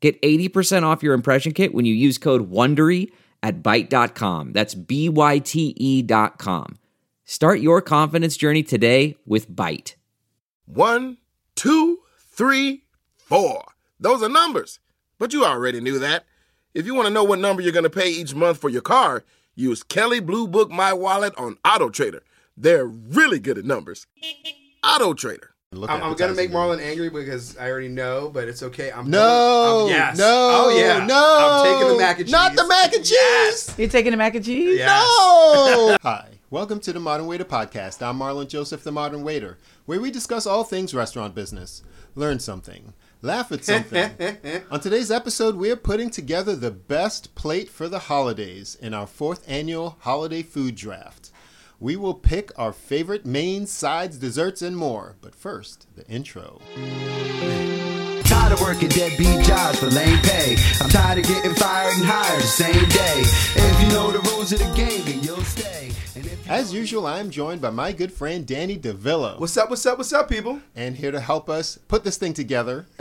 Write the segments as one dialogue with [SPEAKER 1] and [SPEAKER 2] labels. [SPEAKER 1] Get 80% off your impression kit when you use code WONDERY at Byte.com. That's B-Y-T-E E dot com. Start your confidence journey today with Byte.
[SPEAKER 2] One, two, three, four. Those are numbers, but you already knew that. If you want to know what number you're going to pay each month for your car, use Kelly Blue Book My Wallet on Auto Trader. They're really good at numbers. Auto Trader.
[SPEAKER 3] Look I'm, I'm gonna make Marlon angry because I already know, but it's okay. I'm
[SPEAKER 4] No, Um,
[SPEAKER 3] I'm- yes.
[SPEAKER 4] no,
[SPEAKER 3] oh yeah,
[SPEAKER 4] no.
[SPEAKER 3] I'm taking the mac and cheese.
[SPEAKER 4] Not the mac and cheese.
[SPEAKER 3] Yes.
[SPEAKER 5] You're taking a mac and cheese?
[SPEAKER 3] Yes.
[SPEAKER 4] No. Hi, welcome to the Modern Waiter Podcast. I'm Marlon Joseph, the Modern Waiter, where we discuss all things restaurant business, learn something, laugh at something. On today's episode, we are putting together the best plate for the holidays in our fourth annual holiday food draft. We will pick our favorite mains, sides, desserts, and more. But first, the intro.
[SPEAKER 6] Tired of working deadbeat jobs for lame pay. I'm tired of getting fired and hired the same day. If you know the rules of the game, then you'll stay. And if you
[SPEAKER 4] As usual, I am joined by my good friend Danny DeVillo.
[SPEAKER 3] What's up? What's up? What's up, people?
[SPEAKER 4] and here to help us put this thing together.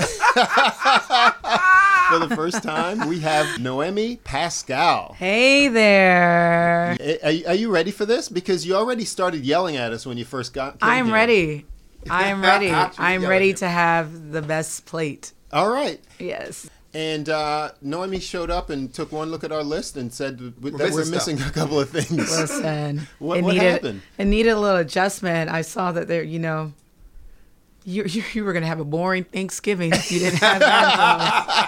[SPEAKER 4] For the first time, we have Noemi Pascal.
[SPEAKER 5] Hey there.
[SPEAKER 4] A- Are, are you ready for this? Because you already started yelling at us when you first got. came
[SPEAKER 5] I'm
[SPEAKER 4] here.
[SPEAKER 5] ready. I'm ready.
[SPEAKER 3] She's
[SPEAKER 5] I'm
[SPEAKER 3] yelling
[SPEAKER 5] ready
[SPEAKER 3] at
[SPEAKER 5] to have the best plate.
[SPEAKER 4] All right.
[SPEAKER 5] Yes.
[SPEAKER 4] And uh, Noemi showed up and took one look at our list and said w- that
[SPEAKER 3] missing
[SPEAKER 4] we're
[SPEAKER 3] stuff.
[SPEAKER 4] missing a couple of things.
[SPEAKER 5] Listen.
[SPEAKER 4] What-
[SPEAKER 5] it
[SPEAKER 4] what
[SPEAKER 5] needed,
[SPEAKER 4] happened?
[SPEAKER 5] It needed a little adjustment. I saw that there, you know, you, you, you were going to have a boring Thanksgiving. if You didn't have that.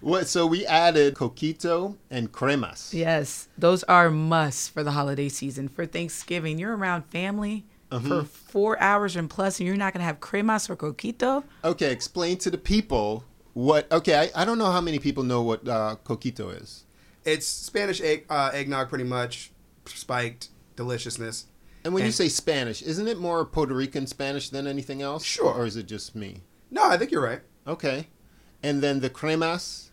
[SPEAKER 4] what, so we added coquito and cremas.
[SPEAKER 5] yes. Those are musts for the holiday season. For Thanksgiving, you're around family
[SPEAKER 4] Mm-hmm.
[SPEAKER 5] for four hours and plus, and you're not going to have cremas or coquito.
[SPEAKER 4] Okay, explain to the people what. Okay, I, I don't know how many people know what uh, coquito is.
[SPEAKER 3] It's Spanish egg, uh, eggnog, pretty much spiked deliciousness.
[SPEAKER 4] And when you say Spanish, isn't it more Puerto Rican Spanish than anything else?
[SPEAKER 3] Sure.
[SPEAKER 4] Or is it just me?
[SPEAKER 3] No, I think you're right.
[SPEAKER 4] Okay. And then the cremas.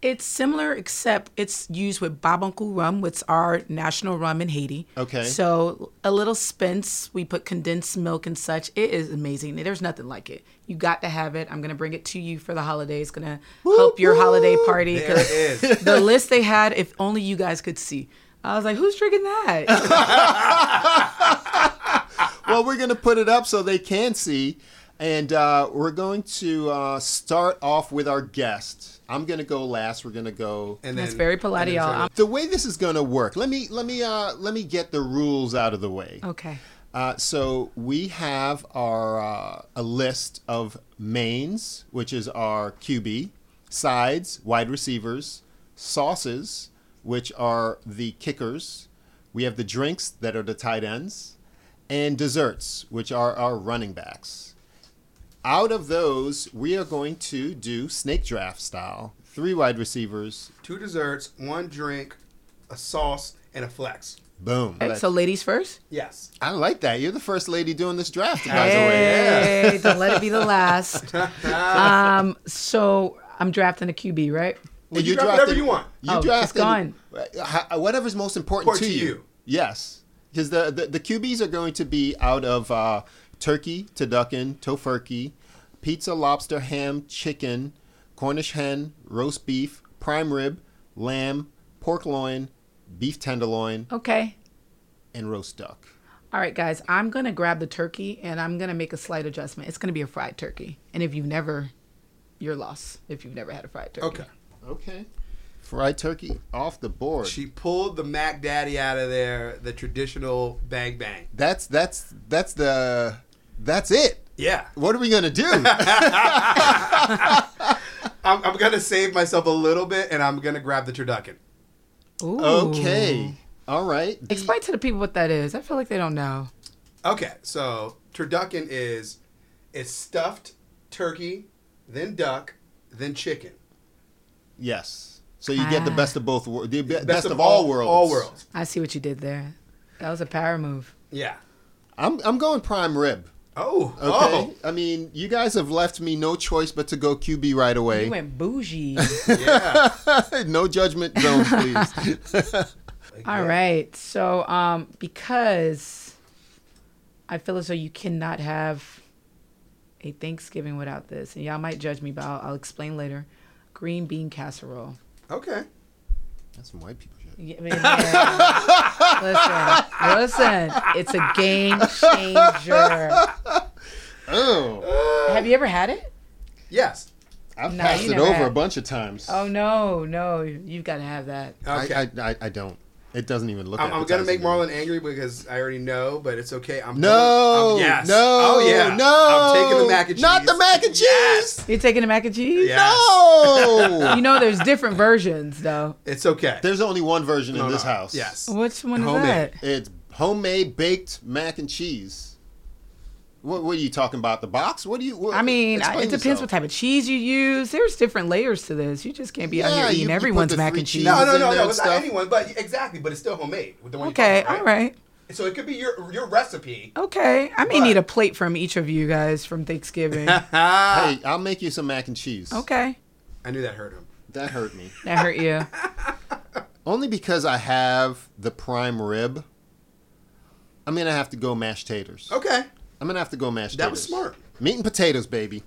[SPEAKER 5] It's similar, except it's used with Babonku rum, which is our national rum in Haiti.
[SPEAKER 4] Okay.
[SPEAKER 5] So a little spence. We put condensed milk and such. It is amazing. There's nothing like it. You got to have it. I'm gonna bring it to you for the holiday. It's gonna help your holiday party.
[SPEAKER 3] There it is.
[SPEAKER 5] the list they had, if only you guys could see. I was like, who's drinking that?
[SPEAKER 4] Well, we're going to put it up so they can see. And uh, we're going to uh, start off with our guest. I'm going to go last. We're going to go.
[SPEAKER 3] And
[SPEAKER 5] That's
[SPEAKER 3] then-
[SPEAKER 5] very
[SPEAKER 3] and
[SPEAKER 5] polite,
[SPEAKER 3] then
[SPEAKER 5] of y'all.
[SPEAKER 3] turn it-
[SPEAKER 5] I'm-
[SPEAKER 4] The way this is going to work, let me let me uh, let me get the rules out of the way.
[SPEAKER 5] okay.
[SPEAKER 4] Uh, so we have our uh, a list of mains, which is our QB, sides, wide receivers, sauces, which are the kickers. We have the drinks that are the tight ends, and desserts, which are our running backs. Out of those, we are going to do snake draft style: three wide receivers.
[SPEAKER 3] two desserts, one drink, a sauce, and a flex.
[SPEAKER 4] Boom.
[SPEAKER 5] Okay, So ladies first.
[SPEAKER 3] Yes.
[SPEAKER 4] I like that. You're the first lady doing this draft, by the way.
[SPEAKER 5] Hey, don't let it be the last. um, so I'm drafting a QB, right?
[SPEAKER 4] Well,
[SPEAKER 3] You draft whatever you want.
[SPEAKER 4] You
[SPEAKER 5] Oh, it's
[SPEAKER 4] draft
[SPEAKER 5] gone.
[SPEAKER 4] whatever's most important
[SPEAKER 3] Important
[SPEAKER 4] to
[SPEAKER 3] to
[SPEAKER 4] you.
[SPEAKER 3] you.
[SPEAKER 4] Yes, because the, the the QBs are going to be out of uh, turkey, turducken, tofurkey, pizza, lobster, ham, chicken, Cornish hen, roast beef, prime rib, lamb, pork loin, beef tenderloin,
[SPEAKER 5] Okay.
[SPEAKER 4] and roast duck.
[SPEAKER 5] All right, guys, I'm going to grab the turkey and I'm going to make a slight adjustment. It's going to be a fried turkey. And if you've never, you're lost if you've never had a fried turkey.
[SPEAKER 3] Okay.
[SPEAKER 4] Okay, fried turkey off the board.
[SPEAKER 3] She pulled the Mac Daddy out of there, the traditional bang bang.
[SPEAKER 4] that's that's that's the that's it.
[SPEAKER 3] Yeah.
[SPEAKER 4] What are we gonna do?
[SPEAKER 3] I'm, I'm gonna save myself a little bit, and I'm gonna grab the turducken.
[SPEAKER 5] Ooh.
[SPEAKER 4] okay, all right.
[SPEAKER 5] Explain to the people what that is. I feel like they don't know.
[SPEAKER 3] Okay, so turducken is it's stuffed turkey, then duck, then chicken.
[SPEAKER 4] Yes. So you get the
[SPEAKER 5] Ah.
[SPEAKER 4] best of both worlds, the be- best, of, all, worlds.
[SPEAKER 3] All worlds.
[SPEAKER 5] I see what you did there. That was a power move.
[SPEAKER 3] Yeah.
[SPEAKER 4] I'm I'm going prime rib.
[SPEAKER 3] Oh.
[SPEAKER 4] Okay.
[SPEAKER 3] Oh.
[SPEAKER 4] I mean, you guys have left me no choice but to go QB right away.
[SPEAKER 5] You went bougie.
[SPEAKER 3] oh, Yeah.
[SPEAKER 4] no judgment zone, please.
[SPEAKER 5] All right. So, um, because I feel as though you cannot have a Thanksgiving without this, and y'all might judge me, but I'll, I'll explain later. Green bean casserole.
[SPEAKER 3] okay.
[SPEAKER 4] That's some white people shit.
[SPEAKER 5] Yeah, man. listen, listen. It's a game changer.
[SPEAKER 4] Oh,
[SPEAKER 5] Have you ever had it?
[SPEAKER 3] Yes.
[SPEAKER 4] I've
[SPEAKER 5] No,
[SPEAKER 4] passed
[SPEAKER 5] you
[SPEAKER 4] it
[SPEAKER 5] never
[SPEAKER 4] over
[SPEAKER 5] have.
[SPEAKER 4] a bunch of times.
[SPEAKER 5] Oh no, no. You've got to have that.
[SPEAKER 3] Okay.
[SPEAKER 4] I, I, I, I don't. It doesn't even look.
[SPEAKER 3] I'm, I'm gonna make
[SPEAKER 4] appetizing.
[SPEAKER 3] Marlon angry because I already know, but it's okay. I'm
[SPEAKER 4] No.
[SPEAKER 3] going- I'm- yes.
[SPEAKER 4] No.
[SPEAKER 3] Oh yeah.
[SPEAKER 4] No.
[SPEAKER 3] I'm taking the mac and cheese.
[SPEAKER 4] Not the mac and cheese.
[SPEAKER 3] Yes.
[SPEAKER 5] You're taking the mac and cheese?
[SPEAKER 3] Yeah.
[SPEAKER 4] No.
[SPEAKER 5] You know, there's different versions, though.
[SPEAKER 3] It's okay.
[SPEAKER 4] There's only one version
[SPEAKER 3] No,
[SPEAKER 4] in this
[SPEAKER 3] no.
[SPEAKER 4] house.
[SPEAKER 3] Yes.
[SPEAKER 5] Which one is
[SPEAKER 3] Homemade.
[SPEAKER 5] that?
[SPEAKER 4] It's homemade baked mac and cheese. What, what are you talking about? The box? What do you? What,
[SPEAKER 5] I mean, I-
[SPEAKER 4] explain
[SPEAKER 5] it depends
[SPEAKER 4] yourself.
[SPEAKER 5] what type of cheese you use. There's different layers to this. You just can't be out
[SPEAKER 4] Yeah,
[SPEAKER 5] here
[SPEAKER 4] you-
[SPEAKER 5] eating
[SPEAKER 4] you
[SPEAKER 5] everyone's
[SPEAKER 4] put the
[SPEAKER 5] mac
[SPEAKER 4] three
[SPEAKER 5] and cheese.
[SPEAKER 4] cheese-
[SPEAKER 3] no, no,
[SPEAKER 4] in
[SPEAKER 3] no,
[SPEAKER 4] there
[SPEAKER 3] no.
[SPEAKER 4] and
[SPEAKER 3] It's not
[SPEAKER 4] stuff.
[SPEAKER 3] anyone, but exactly, but it's still homemade. with the one you're
[SPEAKER 5] Okay,
[SPEAKER 3] talking about,
[SPEAKER 5] all right.
[SPEAKER 3] So it could be your your recipe.
[SPEAKER 5] Okay, I may
[SPEAKER 3] But-
[SPEAKER 5] need a plate from each of you guys from Thanksgiving.
[SPEAKER 4] Hey, I'll make you some mac and cheese.
[SPEAKER 5] okay,
[SPEAKER 3] I knew that hurt him.
[SPEAKER 4] That hurt me.
[SPEAKER 5] that hurt you.
[SPEAKER 4] Only because I have the prime rib. I'm gonna have to go mashed taters.
[SPEAKER 3] Okay.
[SPEAKER 4] I'm gonna have to go mashed
[SPEAKER 3] Oh. That
[SPEAKER 4] taters.
[SPEAKER 3] was smart.
[SPEAKER 4] Meat and potatoes, baby.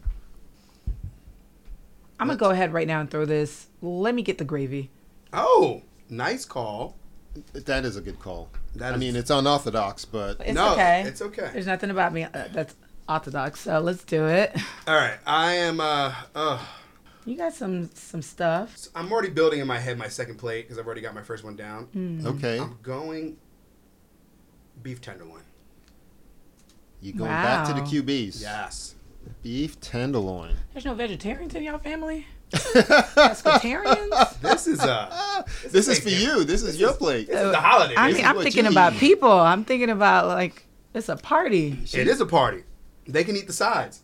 [SPEAKER 5] I'm gonna go ahead right now and throw this. Let me get the gravy.
[SPEAKER 3] Oh, nice call.
[SPEAKER 4] That is a good call.
[SPEAKER 3] That
[SPEAKER 4] I
[SPEAKER 3] is-
[SPEAKER 4] mean, it's unorthodox, but
[SPEAKER 5] It's
[SPEAKER 3] No,
[SPEAKER 5] okay.
[SPEAKER 3] it's okay.
[SPEAKER 5] There's nothing about me uh, that's orthodox. So let's do it.
[SPEAKER 3] All right, I am. Uh, uh,
[SPEAKER 5] You got some some stuff.
[SPEAKER 3] I'm already building in my head my second plate because I've already got my first one down.
[SPEAKER 5] Hmm.
[SPEAKER 4] okay.
[SPEAKER 3] I'm going beef tenderloin.
[SPEAKER 4] You going back to the
[SPEAKER 5] Wow.
[SPEAKER 4] QBs?
[SPEAKER 3] Yes.
[SPEAKER 4] Beef tenderloin.
[SPEAKER 5] There's no vegetarians in y'all family. Pescatarians.
[SPEAKER 3] This is uh,
[SPEAKER 4] This is for you. This is your plate.
[SPEAKER 3] this is the holiday.
[SPEAKER 5] I
[SPEAKER 3] This
[SPEAKER 5] mean,
[SPEAKER 3] is-
[SPEAKER 5] I'm
[SPEAKER 4] what
[SPEAKER 5] thinking
[SPEAKER 4] you
[SPEAKER 5] about
[SPEAKER 4] eat.
[SPEAKER 5] people. I'm thinking about like it's a party.
[SPEAKER 3] it is a party. They can eat the sides.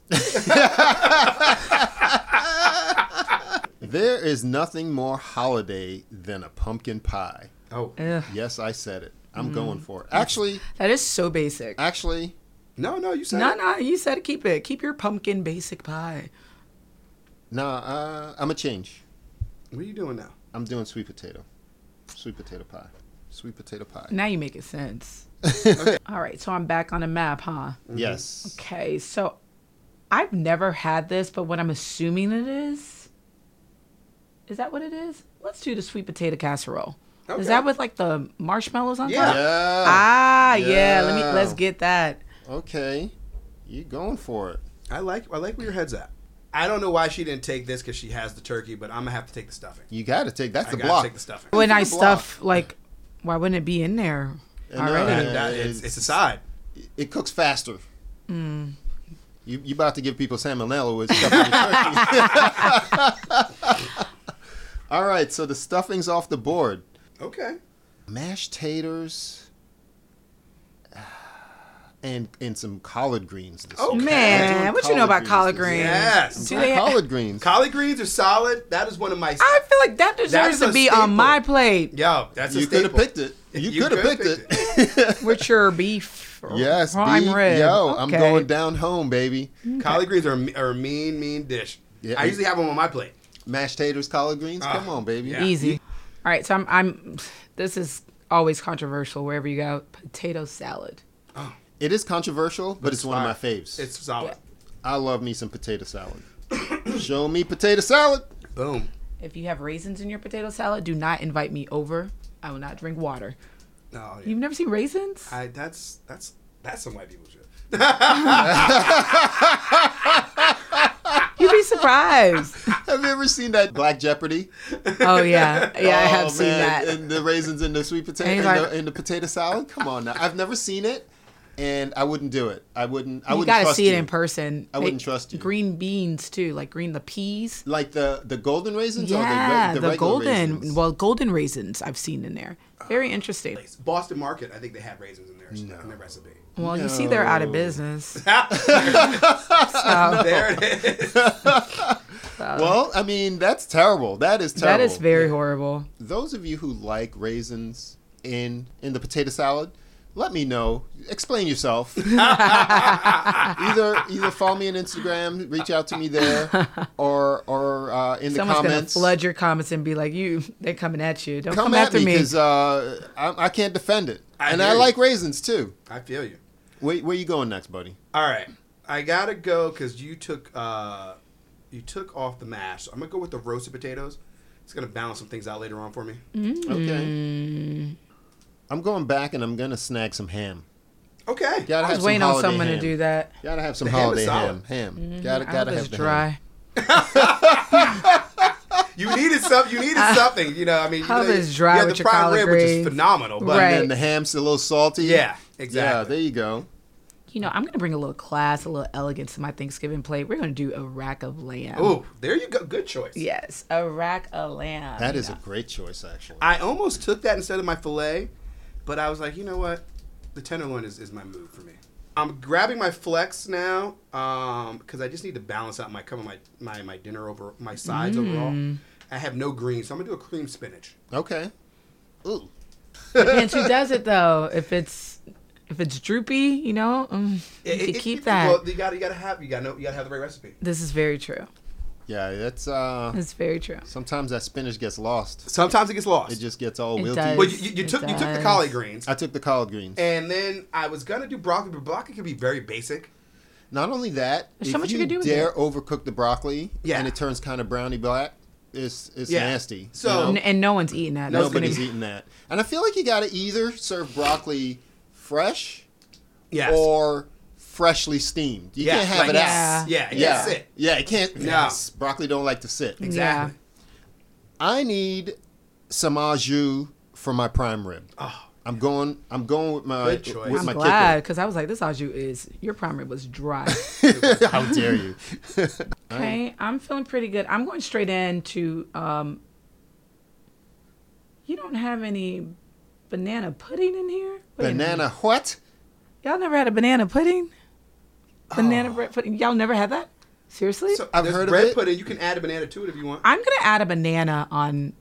[SPEAKER 4] There is nothing more holiday than a pumpkin pie.
[SPEAKER 3] Oh
[SPEAKER 5] Ugh,
[SPEAKER 4] Yes, I said it. I'm going for it. Actually,
[SPEAKER 5] that is so basic.
[SPEAKER 4] actually,
[SPEAKER 3] no, no, you said
[SPEAKER 5] No,
[SPEAKER 3] it.
[SPEAKER 5] no, you said keep it. Keep your pumpkin basic pie.
[SPEAKER 4] nah. Uh, I'm a change.
[SPEAKER 3] What are you doing now?
[SPEAKER 4] I'm doing sweet potato, sweet potato pie, sweet potato pie.
[SPEAKER 5] Now you make it sense. All right, so I'm back on the map, huh?
[SPEAKER 4] Yes.
[SPEAKER 5] Okay, so I've never had this, but what I'm assuming it is is that what it is? Let's do the sweet potato casserole.
[SPEAKER 3] Okay.
[SPEAKER 5] Is that with like the marshmallows on
[SPEAKER 3] Yeah.
[SPEAKER 5] top?
[SPEAKER 4] Yeah.
[SPEAKER 5] Ah, yeah. Let me
[SPEAKER 4] Yeah.
[SPEAKER 5] let's get that.
[SPEAKER 4] Okay. You going for it?
[SPEAKER 3] I like I like where your head's at. I don't know why she didn't take this because she has the turkey, but I'm gonna have to take the stuffing.
[SPEAKER 4] You got to take. That's
[SPEAKER 3] I
[SPEAKER 4] the
[SPEAKER 3] gotta
[SPEAKER 4] block.
[SPEAKER 3] take the stuffing.
[SPEAKER 5] When I
[SPEAKER 4] the block.
[SPEAKER 5] stuff like why wouldn't it be in there
[SPEAKER 4] And, uh,
[SPEAKER 5] already?
[SPEAKER 3] That- that- it's, it's a side.
[SPEAKER 4] It cooks faster.
[SPEAKER 5] Mm.
[SPEAKER 4] You you about to give people salmonella with stuffing your turkey. All right, so the stuffing's off the board.
[SPEAKER 3] Okay.
[SPEAKER 4] Mashed taters and and some collard greens. This
[SPEAKER 3] Okay.
[SPEAKER 4] year.
[SPEAKER 5] Man,
[SPEAKER 4] Doing
[SPEAKER 5] what you know about collard
[SPEAKER 4] this year.
[SPEAKER 5] greens?
[SPEAKER 3] Yes.
[SPEAKER 5] Do they-
[SPEAKER 4] collard greens.
[SPEAKER 3] Collard greens are solid. That is one of my.
[SPEAKER 5] I feel like that deserves
[SPEAKER 3] That's a
[SPEAKER 5] to be
[SPEAKER 3] staple.
[SPEAKER 5] on my plate
[SPEAKER 3] Yo, that's a
[SPEAKER 4] you could have
[SPEAKER 3] staple.
[SPEAKER 4] picked it. You,
[SPEAKER 3] You
[SPEAKER 4] could have
[SPEAKER 3] coulda
[SPEAKER 4] picked,
[SPEAKER 3] picked
[SPEAKER 4] it.
[SPEAKER 5] with your beef. or
[SPEAKER 4] yes,
[SPEAKER 5] prime
[SPEAKER 4] beef.
[SPEAKER 5] rib.
[SPEAKER 4] Yo, I'm
[SPEAKER 5] Okay.
[SPEAKER 4] going down home, baby.
[SPEAKER 3] Collard greens are, a me- are a mean, mean dish.
[SPEAKER 4] Yeah.
[SPEAKER 3] I usually have them on my plate.
[SPEAKER 4] Mashed taters, collard greens.
[SPEAKER 3] Ah,
[SPEAKER 4] Come on, baby.
[SPEAKER 3] yeah.
[SPEAKER 5] Easy. All right, so I'm I'm this is always controversial wherever you go. Potato salad.
[SPEAKER 4] It is controversial, but, it's, one of my faves.
[SPEAKER 3] It's solid.
[SPEAKER 4] I love me some potato salad. Show me potato salad.
[SPEAKER 3] Boom.
[SPEAKER 5] If you have raisins in your potato salad, do not invite me over. I will not drink water.
[SPEAKER 3] No, Oh, yeah.
[SPEAKER 5] You've never seen raisins?
[SPEAKER 3] I, that's that's that's some white people shit.
[SPEAKER 5] You'd be surprised.
[SPEAKER 4] Have you ever seen that Black Jeopardy?
[SPEAKER 5] oh yeah. Yeah, I have
[SPEAKER 4] Oh,
[SPEAKER 5] seen
[SPEAKER 4] man,
[SPEAKER 5] that.
[SPEAKER 4] And the raisins in the sweet potato
[SPEAKER 5] And
[SPEAKER 4] and,
[SPEAKER 5] he's like-
[SPEAKER 4] the, and the potato salad. Come on now. I've never seen it, and I wouldn't do it. I wouldn't. I
[SPEAKER 5] you
[SPEAKER 4] wouldn't
[SPEAKER 5] gotta
[SPEAKER 4] trust
[SPEAKER 5] see it
[SPEAKER 4] you.
[SPEAKER 5] in person.
[SPEAKER 4] I wouldn't trust you.
[SPEAKER 5] Green beans too, like green the peas.
[SPEAKER 4] Like the the golden raisins. or
[SPEAKER 5] Yeah,
[SPEAKER 4] the,
[SPEAKER 5] the,
[SPEAKER 4] re- the, regular
[SPEAKER 5] golden
[SPEAKER 4] raisins?
[SPEAKER 5] well golden raisins I've seen in there. Very interesting.
[SPEAKER 3] Boston Market, I think they had raisins in their in their recipe.
[SPEAKER 5] Well, you see
[SPEAKER 4] Oh.
[SPEAKER 5] they're out of business.
[SPEAKER 3] There it is.
[SPEAKER 4] Well, I mean, that's terrible. That is terrible.
[SPEAKER 5] Uh-huh. That is very horrible.
[SPEAKER 4] Those of you who like raisins in in the potato salad, let me know. Explain yourself. either either follow me on Instagram, reach out to me there, or or uh, in the
[SPEAKER 5] Someone's gonna
[SPEAKER 4] comments.
[SPEAKER 5] flood your comments and be like, "You, they're coming at you. Don't come,
[SPEAKER 4] Come, at
[SPEAKER 5] after
[SPEAKER 4] me
[SPEAKER 5] me."
[SPEAKER 4] because uh, I, I can't defend it,
[SPEAKER 3] I
[SPEAKER 4] and
[SPEAKER 3] hear
[SPEAKER 4] I
[SPEAKER 3] you.
[SPEAKER 4] like raisins too.
[SPEAKER 3] I feel you.
[SPEAKER 4] Where, where you going next, buddy?
[SPEAKER 3] All right, I gotta go because you took uh, you took off the mash. So I'm gonna go with the roasted potatoes. It's gonna balance some things out later on for me.
[SPEAKER 5] Mm.
[SPEAKER 4] Okay.
[SPEAKER 5] Hmm.
[SPEAKER 4] I'm going back and I'm gonna snag some ham.
[SPEAKER 3] Okay.
[SPEAKER 4] Gotta
[SPEAKER 5] I
[SPEAKER 4] have
[SPEAKER 5] was
[SPEAKER 4] some
[SPEAKER 5] waiting on
[SPEAKER 4] holiday
[SPEAKER 5] someone
[SPEAKER 4] ham.
[SPEAKER 5] to do that.
[SPEAKER 4] Gotta have some
[SPEAKER 3] The ham is
[SPEAKER 4] holiday
[SPEAKER 3] solid.
[SPEAKER 4] ham. Ham. Gotta
[SPEAKER 5] Mm-hmm. I hope
[SPEAKER 4] gotta
[SPEAKER 5] it's
[SPEAKER 4] have the
[SPEAKER 5] dry.
[SPEAKER 4] ham.
[SPEAKER 3] You needed something. You needed something. You know, I mean, you
[SPEAKER 5] How
[SPEAKER 3] know,
[SPEAKER 5] is dry
[SPEAKER 3] you had
[SPEAKER 5] with
[SPEAKER 3] the
[SPEAKER 5] your
[SPEAKER 3] prime
[SPEAKER 5] collard
[SPEAKER 3] rib, which is
[SPEAKER 5] greens.
[SPEAKER 3] phenomenal. But
[SPEAKER 4] And
[SPEAKER 5] Right.
[SPEAKER 4] then the ham's a little salty.
[SPEAKER 3] yeah,
[SPEAKER 4] Yeah,
[SPEAKER 3] exactly.
[SPEAKER 4] there you go.
[SPEAKER 5] You know, I'm gonna bring a little class, a little elegance to my Thanksgiving plate. We're gonna do a rack of lamb.
[SPEAKER 3] Ooh, there you go. Good choice.
[SPEAKER 5] Yes, a rack of lamb.
[SPEAKER 4] That is
[SPEAKER 5] you
[SPEAKER 4] a great choice, actually.
[SPEAKER 3] I almost took that instead of my filet, but I was like, you know what? The tenderloin is, is my move for me. I'm grabbing my flex now because I just need to balance out my cover my, my, my dinner over my sides
[SPEAKER 5] Mm.
[SPEAKER 3] overall. I have no greens, so I'm gonna do a cream spinach.
[SPEAKER 4] Okay. Ooh.
[SPEAKER 5] know. Depends who does it though. If it's if it's droopy, you know, mm, you
[SPEAKER 3] It-
[SPEAKER 5] can
[SPEAKER 3] it-
[SPEAKER 5] keep
[SPEAKER 3] it-
[SPEAKER 5] that.
[SPEAKER 3] Well, you gotta you gotta have you gotta know you gotta have the right recipe.
[SPEAKER 5] this is very true.
[SPEAKER 4] Yeah, that's uh
[SPEAKER 5] It's very true.
[SPEAKER 4] sometimes that spinach gets lost.
[SPEAKER 3] Sometimes it gets lost.
[SPEAKER 4] It just gets all
[SPEAKER 5] It
[SPEAKER 4] wilty.
[SPEAKER 5] does.
[SPEAKER 3] but you, you, you
[SPEAKER 5] It
[SPEAKER 3] took you took the
[SPEAKER 5] does.
[SPEAKER 3] collard greens,
[SPEAKER 4] I took the collard greens.
[SPEAKER 3] and then I was gonna do broccoli, but broccoli can be very basic.
[SPEAKER 4] Not only that,
[SPEAKER 5] There's
[SPEAKER 4] if
[SPEAKER 5] so much you
[SPEAKER 4] you,
[SPEAKER 5] can do with
[SPEAKER 4] dare overcook the broccoli
[SPEAKER 3] Yeah.
[SPEAKER 4] and it turns kind of browny black, it's it's
[SPEAKER 3] Yeah.
[SPEAKER 4] nasty.
[SPEAKER 3] So-
[SPEAKER 4] you
[SPEAKER 5] N-
[SPEAKER 4] know?
[SPEAKER 5] and no one's eating that. That's gonna
[SPEAKER 4] nobody's
[SPEAKER 5] be-
[SPEAKER 4] eating that. And I feel like you got to either serve broccoli fresh
[SPEAKER 3] Yes.
[SPEAKER 4] or freshly steamed. You
[SPEAKER 3] yeah,
[SPEAKER 4] can't have
[SPEAKER 3] like-
[SPEAKER 4] it
[SPEAKER 5] Yeah.
[SPEAKER 4] out.
[SPEAKER 3] Yeah, yeah,
[SPEAKER 4] Yeah.
[SPEAKER 3] that's it.
[SPEAKER 4] Yeah, it can't.
[SPEAKER 3] No.
[SPEAKER 4] Yes, broccoli don't like to sit.
[SPEAKER 3] Exactly.
[SPEAKER 4] I need some au jus for my prime rib. I'm going. I'm going with my
[SPEAKER 3] Oh. Good choice.
[SPEAKER 4] with
[SPEAKER 5] I'm
[SPEAKER 4] my
[SPEAKER 5] glad because I was like, this au jus is your primary was dry.
[SPEAKER 4] kicker. How dare you?
[SPEAKER 5] okay, I'm feeling pretty good. I'm going straight into. Um, you don't have any banana pudding in here. Wait a minute.
[SPEAKER 4] Banana what?
[SPEAKER 5] Y'all never had a banana pudding? Banana
[SPEAKER 4] Oh.
[SPEAKER 5] bread pudding. Y'all never had that? Seriously?
[SPEAKER 3] So
[SPEAKER 4] I've
[SPEAKER 3] there's
[SPEAKER 4] heard of
[SPEAKER 3] bread
[SPEAKER 4] it.
[SPEAKER 3] pudding. You can add a banana to it if you want.
[SPEAKER 5] I'm gonna add a banana on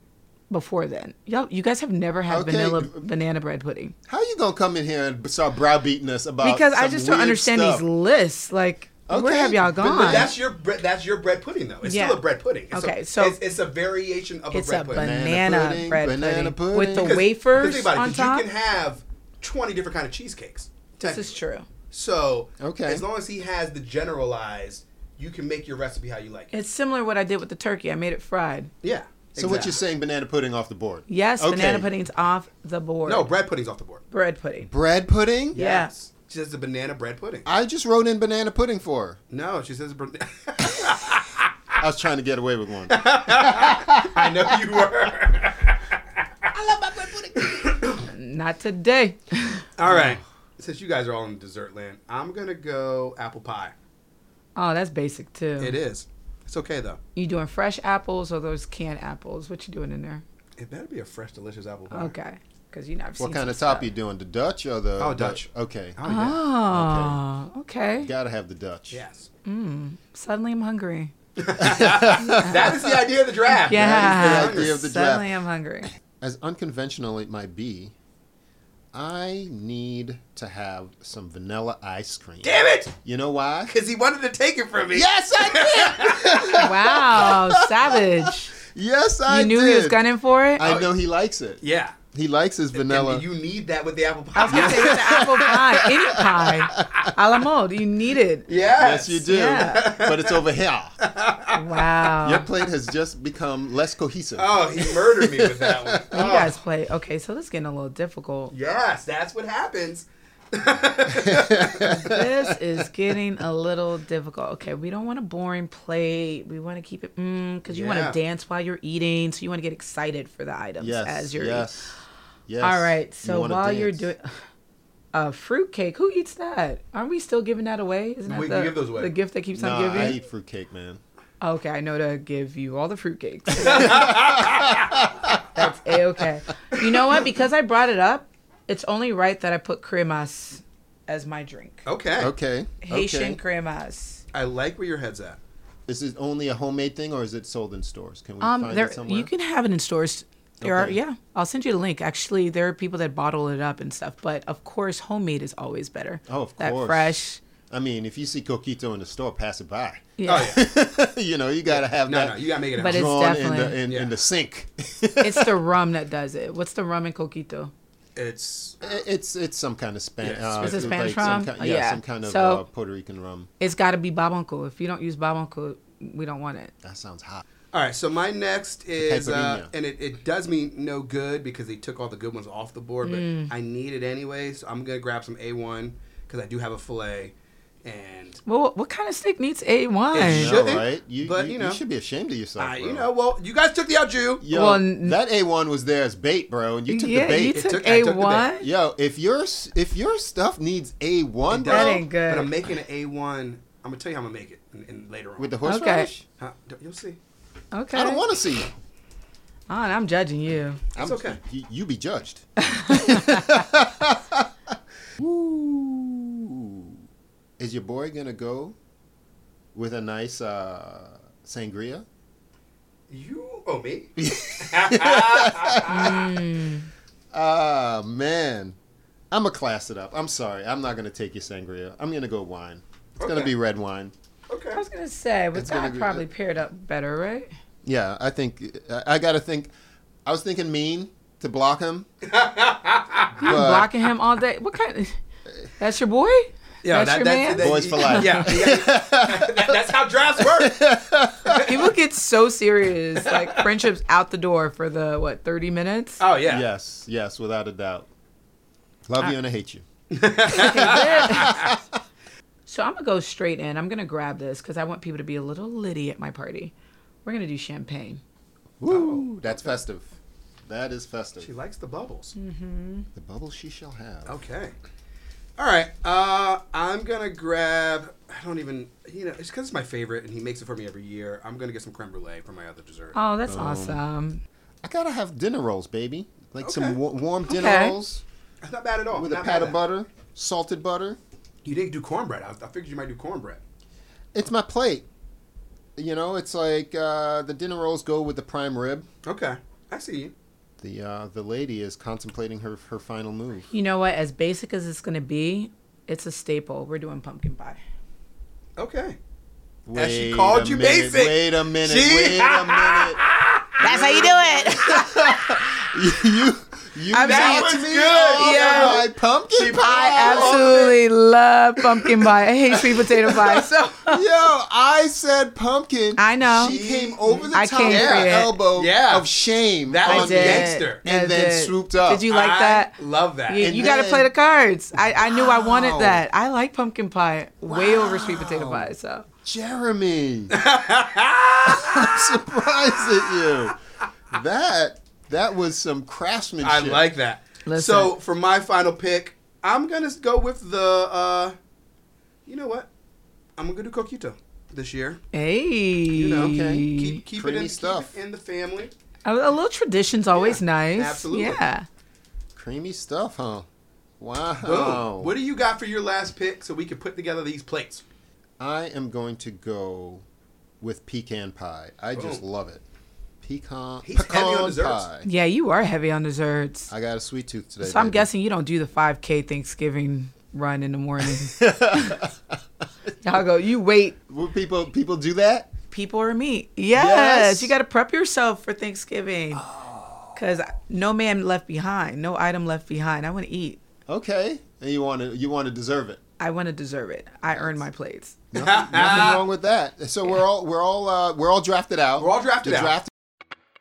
[SPEAKER 5] before then. Y'all, you guys have never had
[SPEAKER 4] Okay.
[SPEAKER 5] vanilla banana bread pudding
[SPEAKER 4] How you gonna come in here and start browbeating us about?
[SPEAKER 5] because I
[SPEAKER 4] Uh, some
[SPEAKER 5] just don't
[SPEAKER 4] weird
[SPEAKER 5] understand
[SPEAKER 4] stuff?
[SPEAKER 5] these lists. Like, where
[SPEAKER 4] Okay,
[SPEAKER 5] have y'all
[SPEAKER 4] but-
[SPEAKER 5] gone?
[SPEAKER 3] But that's your bread. That's your bread pudding, though. It's
[SPEAKER 5] Yeah.
[SPEAKER 3] still a bread pudding. It's
[SPEAKER 5] Okay,
[SPEAKER 3] a,
[SPEAKER 5] so-
[SPEAKER 3] it's, it's a variation of
[SPEAKER 5] It's
[SPEAKER 3] a bread
[SPEAKER 5] a
[SPEAKER 3] pudding.
[SPEAKER 5] banana,
[SPEAKER 4] pudding,
[SPEAKER 5] bread
[SPEAKER 4] banana
[SPEAKER 5] pudding, with the
[SPEAKER 3] Because
[SPEAKER 4] pudding.
[SPEAKER 5] wafers
[SPEAKER 3] think about it,
[SPEAKER 5] on
[SPEAKER 3] 'cause
[SPEAKER 5] top.
[SPEAKER 3] You can have twenty different kind of cheesecakes.
[SPEAKER 5] this
[SPEAKER 3] technically.
[SPEAKER 5] is true.
[SPEAKER 3] So
[SPEAKER 4] Okay.
[SPEAKER 3] as long as he has the generalized, you can make your recipe how you like it.
[SPEAKER 5] It's similar to what I did with the turkey. I made it fried.
[SPEAKER 3] Yeah.
[SPEAKER 4] So what
[SPEAKER 3] exactly.
[SPEAKER 4] you're saying? Banana pudding off the board?
[SPEAKER 5] Yes,
[SPEAKER 4] Okay.
[SPEAKER 5] banana pudding's off the board.
[SPEAKER 3] No, bread pudding's off the board.
[SPEAKER 5] bread pudding.
[SPEAKER 4] Bread pudding?
[SPEAKER 5] Yeah.
[SPEAKER 3] She says the banana bread pudding.
[SPEAKER 4] I just wrote in banana pudding for her.
[SPEAKER 3] No, she says. ban-
[SPEAKER 4] I was trying to get away with one.
[SPEAKER 3] I know you were.
[SPEAKER 5] Not today.
[SPEAKER 3] all right. Since you guys are all in dessert land, I'm gonna go apple pie.
[SPEAKER 5] oh, that's basic too.
[SPEAKER 3] It is. It's okay though.
[SPEAKER 5] You doing fresh apples or those canned apples? What you doing in there?
[SPEAKER 3] It better be a fresh, delicious apple pie.
[SPEAKER 5] Okay, because you know I've seen
[SPEAKER 4] What kind
[SPEAKER 5] some
[SPEAKER 4] of top
[SPEAKER 5] stuff.
[SPEAKER 4] you doing? The Dutch or the?
[SPEAKER 3] Oh,
[SPEAKER 4] the-
[SPEAKER 3] Dutch.
[SPEAKER 4] Okay.
[SPEAKER 3] Oh
[SPEAKER 5] Ah.
[SPEAKER 3] yeah.
[SPEAKER 5] Oh, okay.
[SPEAKER 4] Gotta have the Dutch.
[SPEAKER 3] Yes.
[SPEAKER 5] Suddenly I'm hungry.
[SPEAKER 3] That is the idea of the draft.
[SPEAKER 5] Yeah.
[SPEAKER 4] That is the idea of the
[SPEAKER 5] Suddenly
[SPEAKER 4] draft.
[SPEAKER 5] I'm hungry.
[SPEAKER 4] As unconventional it might be, I need to have some vanilla ice cream.
[SPEAKER 3] Damn it!
[SPEAKER 4] You know why?
[SPEAKER 3] Because he wanted to take it from me.
[SPEAKER 4] Yes, I did.
[SPEAKER 5] Wow, savage.
[SPEAKER 4] yes, I
[SPEAKER 5] you knew
[SPEAKER 4] did.
[SPEAKER 5] he was gunning for it.
[SPEAKER 4] I know he likes it.
[SPEAKER 3] Oh. Yeah.
[SPEAKER 4] He likes his vanilla.
[SPEAKER 3] And you need that with the apple
[SPEAKER 5] I was
[SPEAKER 3] pie.
[SPEAKER 5] gonna say with the apple pie, any pie, a la mode. You need it.
[SPEAKER 3] Yes.
[SPEAKER 4] yes, you do.
[SPEAKER 5] Yeah.
[SPEAKER 4] But it's over here.
[SPEAKER 5] Wow.
[SPEAKER 4] Your plate has just become less cohesive.
[SPEAKER 3] Oh, he murdered me with that one.
[SPEAKER 5] You
[SPEAKER 3] Oh.
[SPEAKER 5] guys play. Okay, so this is getting a little difficult.
[SPEAKER 3] Yes, that's what happens.
[SPEAKER 5] This is getting a little difficult. Okay, we don't want a boring plate. We want to keep it mm, because you
[SPEAKER 3] Yeah.
[SPEAKER 5] want to dance while you're eating, so you want to get excited for the items
[SPEAKER 4] Yes.
[SPEAKER 5] as you're eating.
[SPEAKER 4] yes. Yes.
[SPEAKER 5] All right.
[SPEAKER 4] You
[SPEAKER 5] So
[SPEAKER 4] wanna
[SPEAKER 5] while you're
[SPEAKER 4] dance.
[SPEAKER 5] doing a fruitcake, who eats that? Aren't we still giving that away? Isn't that
[SPEAKER 3] We- we
[SPEAKER 5] the,
[SPEAKER 3] give those away.
[SPEAKER 5] the gift that keeps on
[SPEAKER 4] Nah,
[SPEAKER 5] giving?
[SPEAKER 4] I eat fruitcake, man.
[SPEAKER 5] Okay, I know to give you all the fruitcakes. That's a okay. You know what? Because I brought it up, it's only right that I put cremas as my drink.
[SPEAKER 3] Okay.
[SPEAKER 4] Okay.
[SPEAKER 5] Haitian
[SPEAKER 4] Oh, okay.
[SPEAKER 5] cremas.
[SPEAKER 3] I like where your head's at.
[SPEAKER 4] Is it only a homemade thing, or is it sold in stores? Can we
[SPEAKER 5] Um,
[SPEAKER 4] find
[SPEAKER 5] there
[SPEAKER 4] it somewhere?
[SPEAKER 5] you can have it in stores. There are
[SPEAKER 4] Okay.
[SPEAKER 5] yeah. I'll send you the link. Actually, there are people that bottle it up and stuff, but of course, homemade is always better.
[SPEAKER 4] Oh, of
[SPEAKER 5] that
[SPEAKER 4] course.
[SPEAKER 5] fresh.
[SPEAKER 4] I mean, if you see coquito in the store, pass it by.
[SPEAKER 3] Oh
[SPEAKER 5] Yeah,
[SPEAKER 3] yeah.
[SPEAKER 4] you know, you gotta have
[SPEAKER 3] No,
[SPEAKER 4] that
[SPEAKER 3] no, you gotta make it.
[SPEAKER 5] But
[SPEAKER 3] out.
[SPEAKER 5] it's-
[SPEAKER 4] drawn in the
[SPEAKER 5] definitely-
[SPEAKER 4] in, in
[SPEAKER 3] Yeah.
[SPEAKER 4] the sink.
[SPEAKER 5] it's the rum that does it. What's the rum in coquito?
[SPEAKER 3] it's
[SPEAKER 4] it's it's some kind of Spanish.
[SPEAKER 3] Yeah,
[SPEAKER 5] it's a Spanish rum?
[SPEAKER 4] Some,
[SPEAKER 5] Oh,
[SPEAKER 4] ki- yeah,
[SPEAKER 5] yeah.
[SPEAKER 4] some kind of
[SPEAKER 5] So-
[SPEAKER 4] uh, Puerto Rican rum.
[SPEAKER 5] It's got to be babonco. If you don't use babonco, we don't want it.
[SPEAKER 4] That sounds hot.
[SPEAKER 3] All right, so my next is, uh,
[SPEAKER 4] Pepperino.
[SPEAKER 3] and it, it does me no good because they took all the good ones off the board, but
[SPEAKER 5] Mm.
[SPEAKER 3] I need it anyway, so I'm gonna grab some A1 because I do have a fillet, and
[SPEAKER 5] Well, what, what kind of steak needs a
[SPEAKER 3] It
[SPEAKER 5] wine?
[SPEAKER 3] should- Shouldn't,
[SPEAKER 4] no, right? You,
[SPEAKER 3] but,
[SPEAKER 4] you,
[SPEAKER 3] you know.
[SPEAKER 4] should be ashamed of yourself.
[SPEAKER 3] I,
[SPEAKER 4] bro.
[SPEAKER 3] uh, you know, well, you guys took the out Jew.
[SPEAKER 4] Yo,
[SPEAKER 5] Well, n-
[SPEAKER 4] that A1 was there as bait, bro, and you took
[SPEAKER 5] yeah,
[SPEAKER 4] the bait.
[SPEAKER 5] you
[SPEAKER 3] It
[SPEAKER 5] took,
[SPEAKER 3] took- I
[SPEAKER 5] a
[SPEAKER 3] took the
[SPEAKER 5] one.
[SPEAKER 4] Yo, if your s- if your stuff needs A1, bro,
[SPEAKER 5] That ain't good.
[SPEAKER 3] But I'm making an A1. I'm gonna tell you how I'm gonna make it in, in later on.
[SPEAKER 4] with the
[SPEAKER 5] Okay.
[SPEAKER 4] horseradish,
[SPEAKER 3] Huh? Don't- you'll see.
[SPEAKER 5] Okay.
[SPEAKER 4] I don't want to see you.
[SPEAKER 5] Oh, and I'm judging you.
[SPEAKER 4] I'm,
[SPEAKER 3] okay.
[SPEAKER 4] You, you be judged. Ooh. Is your boy gonna go with a nice uh, sangria?
[SPEAKER 3] You owe me.
[SPEAKER 4] Ah man, I'm gonna class it up. I'm sorry, I'm not gonna take your sangria. I'm gonna go wine. It's gonna
[SPEAKER 3] Okay.
[SPEAKER 4] be red wine.
[SPEAKER 3] Okay.
[SPEAKER 5] I was gonna say, but
[SPEAKER 4] It's gonna
[SPEAKER 5] that
[SPEAKER 4] be-
[SPEAKER 5] probably paired up better, right?
[SPEAKER 4] Yeah, I think I, I gotta think. I was thinking mean to block him.
[SPEAKER 5] You're blocking him all day. What kind? that's your boy.
[SPEAKER 3] Yeah,
[SPEAKER 5] that's
[SPEAKER 3] that-
[SPEAKER 5] your
[SPEAKER 3] that-
[SPEAKER 5] man.
[SPEAKER 3] that-
[SPEAKER 4] Boys for life.
[SPEAKER 3] Yeah. yeah. That- that's how drafts work.
[SPEAKER 5] People get so serious. Like friendships out the door for the what thirty minutes.
[SPEAKER 3] Oh yeah.
[SPEAKER 4] Yes, yes, without a doubt. Love you and I hate you.
[SPEAKER 5] so I'm gonna go straight in. I'm gonna grab this because I want people to be a little litty at my party. We're gonna do champagne.
[SPEAKER 4] Woo, that's festive. That is festive.
[SPEAKER 3] She likes the bubbles.
[SPEAKER 5] Hmm.
[SPEAKER 4] The bubble she shall have.
[SPEAKER 3] Okay. All right. Uh, I'm gonna grab. I don't even. You know, it's because it's my favorite, and he makes it for me every year. I'm gonna get some creme brulee for my other dessert.
[SPEAKER 5] Oh, that's awesome.
[SPEAKER 4] I gotta have dinner rolls, baby. Like
[SPEAKER 3] Okay.
[SPEAKER 4] some wa- warm dinner
[SPEAKER 5] Okay.
[SPEAKER 4] rolls
[SPEAKER 3] That's not bad at all.
[SPEAKER 4] with
[SPEAKER 3] Not
[SPEAKER 4] a
[SPEAKER 3] bad
[SPEAKER 4] pat
[SPEAKER 3] at-
[SPEAKER 4] of butter, salted butter.
[SPEAKER 3] You didn't do cornbread. I, I figured you might do cornbread.
[SPEAKER 4] It's my plate. You know, it's like uh, the dinner rolls go with the prime rib.
[SPEAKER 3] Okay. I see you.
[SPEAKER 4] The uh, the lady is contemplating her her final move.
[SPEAKER 5] You know what? As basic as it's gonna be, it's a staple. We're doing pumpkin pie.
[SPEAKER 3] Okay.
[SPEAKER 4] Wait
[SPEAKER 3] she called
[SPEAKER 4] a
[SPEAKER 3] you
[SPEAKER 4] minute,
[SPEAKER 3] basic.
[SPEAKER 4] Wait a minute.
[SPEAKER 3] She-
[SPEAKER 4] Wait a minute.
[SPEAKER 5] That's how you do it.
[SPEAKER 4] you you
[SPEAKER 5] I'm
[SPEAKER 4] that
[SPEAKER 5] saying-
[SPEAKER 4] was
[SPEAKER 3] That was
[SPEAKER 4] me
[SPEAKER 3] good.
[SPEAKER 4] all
[SPEAKER 5] Yeah.
[SPEAKER 4] my pumpkin
[SPEAKER 3] She-
[SPEAKER 4] pie.
[SPEAKER 5] I absolutely love pumpkin pie. I hate sweet potato pie. So
[SPEAKER 4] Yo, I said pumpkin.
[SPEAKER 5] I know.
[SPEAKER 4] She came over the
[SPEAKER 5] I
[SPEAKER 4] top
[SPEAKER 5] came
[SPEAKER 4] with
[SPEAKER 5] for
[SPEAKER 4] her
[SPEAKER 5] it.
[SPEAKER 4] elbow
[SPEAKER 3] Yeah.
[SPEAKER 4] of shame.
[SPEAKER 3] That
[SPEAKER 5] I
[SPEAKER 4] on
[SPEAKER 5] did.
[SPEAKER 4] me.
[SPEAKER 3] gangster.
[SPEAKER 4] And
[SPEAKER 5] I
[SPEAKER 4] then
[SPEAKER 5] did.
[SPEAKER 4] swooped up.
[SPEAKER 5] Did you like
[SPEAKER 3] I
[SPEAKER 5] that?
[SPEAKER 3] Love that.
[SPEAKER 5] You,
[SPEAKER 4] And
[SPEAKER 5] you got to
[SPEAKER 4] then-
[SPEAKER 5] play the cards. I, I knew I wanted
[SPEAKER 4] Wow.
[SPEAKER 5] that. I like pumpkin pie way over sweet potato pie. So
[SPEAKER 4] Jeremy. I'm surprised at you. That that was some craftsmanship.
[SPEAKER 3] I like that.
[SPEAKER 5] Listen.
[SPEAKER 3] So for my final pick, I'm gonna go with the. Uh, you know what? I'm gonna do coquito this year.
[SPEAKER 5] hey,
[SPEAKER 3] You know,
[SPEAKER 4] okay.
[SPEAKER 3] keep keep it,
[SPEAKER 4] Creamy
[SPEAKER 3] in,
[SPEAKER 4] stuff.
[SPEAKER 3] keep it in the family.
[SPEAKER 5] a, a little tradition's always
[SPEAKER 3] Yeah,
[SPEAKER 5] nice.
[SPEAKER 3] absolutely.
[SPEAKER 5] Yeah.
[SPEAKER 4] creamy stuff, huh? Wow.
[SPEAKER 3] Boom. Um, What do you got for your last pick so we can put together these plates?
[SPEAKER 4] I am going to go with pecan pie. I just
[SPEAKER 3] Boom.
[SPEAKER 4] love it. Pecan,
[SPEAKER 3] He's heavy on
[SPEAKER 4] pecan
[SPEAKER 3] desserts.
[SPEAKER 4] pie.
[SPEAKER 5] Yeah, you are heavy on desserts.
[SPEAKER 4] I got a sweet tooth today.
[SPEAKER 5] so I'm
[SPEAKER 4] baby.
[SPEAKER 5] guessing you don't do the 5K Thanksgiving run in the morning. Y'all go, you wait.
[SPEAKER 4] Will people people do that?
[SPEAKER 5] People are meat. Yes.
[SPEAKER 4] Yes. Oh.
[SPEAKER 5] You got to prep yourself for Thanksgiving. Because no man left behind, no item left behind. I want to eat.
[SPEAKER 4] Okay, and you want to you want to deserve it.
[SPEAKER 5] I want to deserve it. I earn my plates.
[SPEAKER 4] Nothing, nothing wrong with that. So we're all we're all uh, we're all drafted out.
[SPEAKER 3] We're all drafted
[SPEAKER 4] the
[SPEAKER 3] out.
[SPEAKER 4] Draft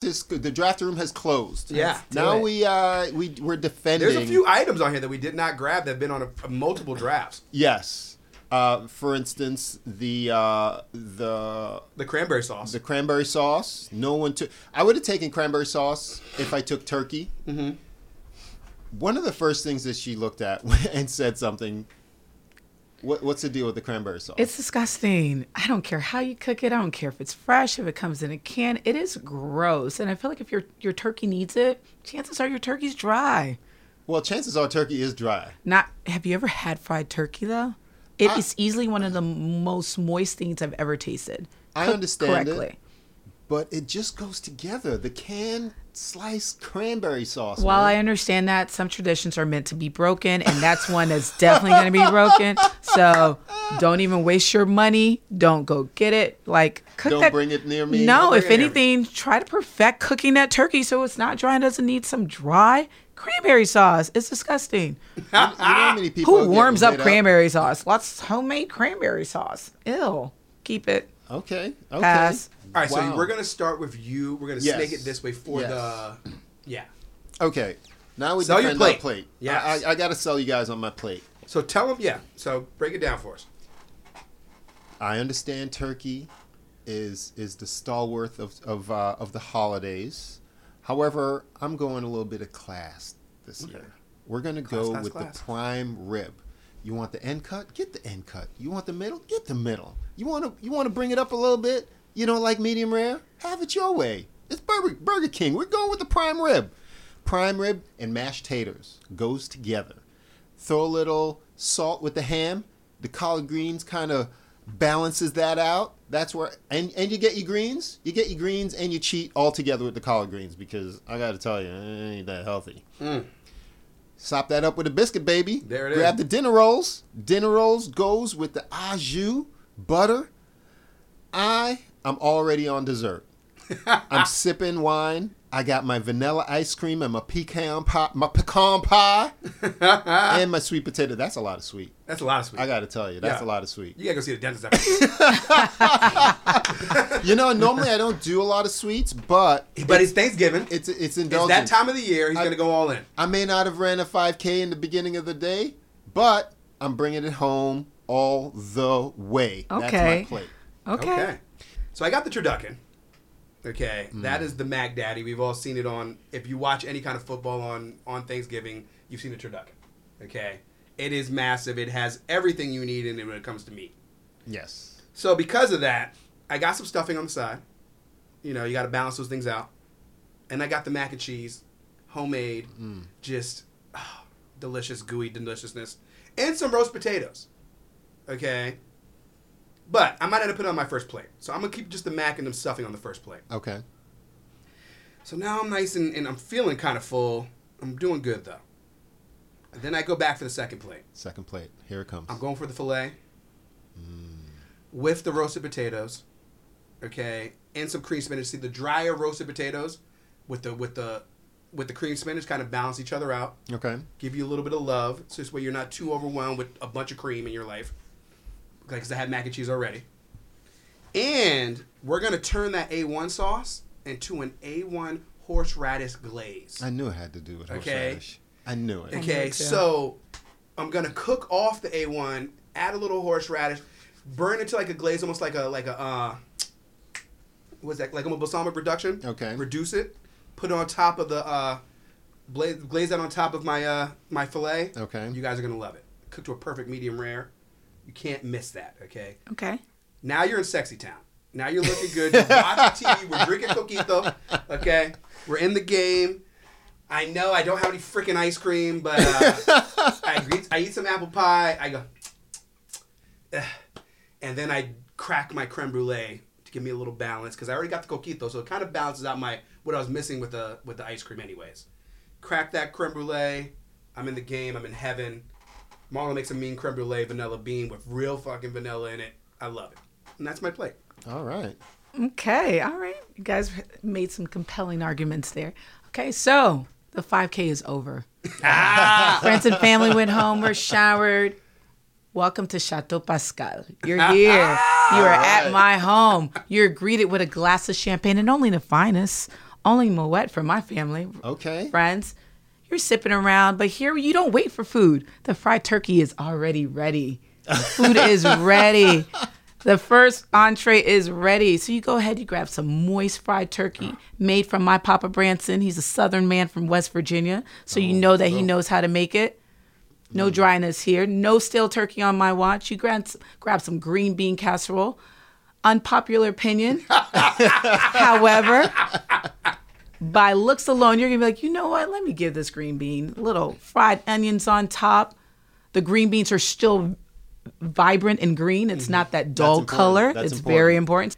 [SPEAKER 4] This, the draft room has closed.
[SPEAKER 3] Yeah, Let's do
[SPEAKER 4] now
[SPEAKER 3] it.
[SPEAKER 4] we uh we we're defending.
[SPEAKER 3] There's a few items on here that we did not grab that have been on a, a multiple drafts.
[SPEAKER 4] Yes. Uh, for instance, the uh, the
[SPEAKER 3] The cranberry sauce.
[SPEAKER 4] the cranberry sauce. No one took. I would have taken cranberry sauce if I took turkey. Mm-hmm. One of the first things that she looked at and said something. What, what's the deal with the cranberry sauce?
[SPEAKER 5] It's disgusting. I don't care how you cook it. I don't care if it's fresh, if it comes in a can. It is gross. And I feel like if your your turkey needs it, chances are your turkey's dry.
[SPEAKER 4] well, chances are turkey is dry.
[SPEAKER 5] Not have you ever had fried turkey though? It is easily one of the most moist things I've ever tasted.
[SPEAKER 4] I
[SPEAKER 5] Cooked
[SPEAKER 4] understand it. but it just goes together. The canned sliced cranberry sauce.
[SPEAKER 5] While I
[SPEAKER 4] man.
[SPEAKER 5] understand that some traditions are meant to be broken, and that's one that's definitely going to be broken. So don't even waste your money. Don't go get it. Like cook
[SPEAKER 4] Don't
[SPEAKER 5] that-
[SPEAKER 4] bring it near me. Don't
[SPEAKER 5] No,
[SPEAKER 4] bring
[SPEAKER 5] if
[SPEAKER 4] it near me.
[SPEAKER 5] anything, try to perfect cooking that turkey so it's not dry and doesn't need some dry cranberry sauce. It's disgusting.
[SPEAKER 4] You know how many people
[SPEAKER 5] Who
[SPEAKER 4] get
[SPEAKER 5] warms up
[SPEAKER 4] lit
[SPEAKER 5] cranberry sauce? Lots homemade cranberry sauce. Ew. Keep it.
[SPEAKER 4] Okay. Okay.
[SPEAKER 5] Pass.
[SPEAKER 3] All right,
[SPEAKER 4] Wow.
[SPEAKER 3] so we're gonna start with you. We're gonna
[SPEAKER 4] Yes.
[SPEAKER 3] snake it this way for
[SPEAKER 4] Yes.
[SPEAKER 3] the yeah.
[SPEAKER 4] Okay. Now we
[SPEAKER 3] Sell your
[SPEAKER 4] defend our
[SPEAKER 3] plate.
[SPEAKER 4] plate.
[SPEAKER 3] Yes.
[SPEAKER 4] I, I, I got to sell you guys on my plate.
[SPEAKER 3] So tell them yeah. So break it down for us.
[SPEAKER 4] I understand turkey is is the stalwart of of, uh, of the holidays. However, I'm going a little bit of class this year. We're gonna go
[SPEAKER 3] class,
[SPEAKER 4] with
[SPEAKER 3] class.
[SPEAKER 4] the prime rib. You want the end cut? Get the end cut. You want the middle? Get the middle. You want to you want to bring it up a little bit? You don't like medium rare? Have it your way. It's Burger Burger King. We're going with the prime rib. Prime rib and mashed taters goes together throw a little salt with the ham. The collard greens kind of balances that out. That's where and and you get your greens, you get your greens and you cheat all together with the collard greens because I got to tell you, it ain't that healthy. Sop that up with a biscuit, baby.
[SPEAKER 3] There it
[SPEAKER 4] Mm. it
[SPEAKER 3] is.
[SPEAKER 4] is. Grab the dinner rolls. Dinner rolls goes with the au jus butter. I am already on dessert. I'm sipping wine. I got my vanilla ice cream and my pecan pie, my pecan pie, and my sweet potato. That's a lot of sweet.
[SPEAKER 3] That's a lot of sweet.
[SPEAKER 4] I got to tell you, that's
[SPEAKER 3] Yeah.
[SPEAKER 4] a lot of sweet.
[SPEAKER 3] You gotta go see the dentist. After.
[SPEAKER 4] You know, normally I don't do a lot of sweets, but
[SPEAKER 3] but it's Thanksgiving. It's,
[SPEAKER 4] it's it's indulgent.
[SPEAKER 3] that time of the year. He's gonna go all in.
[SPEAKER 4] I may not have ran a 5K in the beginning of the day, but I'm bringing it home all the way. That's my
[SPEAKER 5] Okay.
[SPEAKER 4] plate.
[SPEAKER 5] Okay.
[SPEAKER 3] Okay. So I got the turducken. Okay, that is the Mac Daddy. We've all seen it on. If you watch any kind of football on on Thanksgiving, you've seen the turducken. Okay, it is massive. It has everything you need in it when it comes to meat.
[SPEAKER 4] Yes.
[SPEAKER 3] So because of that, I got some stuffing on the side. You know, you got to balance those things out. And I got the mac and cheese, homemade, just ah, delicious, gooey deliciousness, and some roast potatoes. Okay. But I might have to put it on my first plate, so I'm gonna keep just the mac and the stuffing on the first plate.
[SPEAKER 4] Okay.
[SPEAKER 3] So now I'm nice and, and I'm feeling kind of full. I'm doing good though. And then I go back for the second plate.
[SPEAKER 4] Second plate. Here it comes.
[SPEAKER 3] I'm going for the filet with the roasted potatoes, okay, and some cream spinach. See the drier roasted potatoes with the with the with the cream spinach kind of balance each other out,
[SPEAKER 4] Okay.
[SPEAKER 3] give you a little bit of love, so this way you're not too overwhelmed with a bunch of cream in your life. Because I had mac and cheese already, and we're gonna turn that A1 sauce into an A1 horseradish glaze.
[SPEAKER 4] I knew it had to do with
[SPEAKER 3] Okay.
[SPEAKER 4] horseradish. I knew it.
[SPEAKER 3] Okay, so I'm gonna cook off the A1, add a little horseradish, burn it to like a glaze, almost like a like a uh, what's that? Like a balsamic reduction.
[SPEAKER 4] Okay.
[SPEAKER 3] Reduce it, put it on top of the uh, blaze, glaze that on top of my uh my fillet.
[SPEAKER 4] Okay.
[SPEAKER 3] You guys are gonna love it. Cooked to a perfect medium rare. You can't miss that. Okay.
[SPEAKER 5] Okay.
[SPEAKER 3] Now you're in sexy town. Now you're looking good. You're watching TV. We're drinking coquito. Okay, we're in the game. I know I don't have any freaking ice cream, but uh, I, eat, I eat some apple pie. I go, "Ugh." and then I crack my creme brulee to give me a little balance because I already got the coquito, so it kind of balances out my what I was missing with the with the ice cream, anyways. Crack that creme brulee. I'm in the game. I'm in heaven. Marlon makes a mean creme brulee vanilla bean with real fucking vanilla in it. I love it. And that's my plate.
[SPEAKER 4] All right.
[SPEAKER 5] Okay, all right. You guys made some compelling arguments there. Okay, so the 5K is over. Friends and family went home, were showered. Welcome to Chateau Pascal. You're here. you are at my home. You're greeted with a glass of champagne and only the finest, only Moet for my family
[SPEAKER 4] Okay.
[SPEAKER 5] friends. You're sipping around, but here you don't wait for food. The fried turkey is already ready. The food is ready. The first entree is ready. So you go ahead, you grab some moist fried turkey made from my Papa Branson. He's a southern man from West Virginia. So you know that he knows how to make it. No dryness here. No stale turkey on my watch. You grab, grab some green bean casserole. Unpopular opinion. However, by looks alone, you're gonna be like, you know what? Let me give this green bean little fried onions on top. The green beans are still vibrant and green. It's not that dull
[SPEAKER 4] important.
[SPEAKER 5] color.
[SPEAKER 4] Mm-hmm. That's
[SPEAKER 5] it's very important.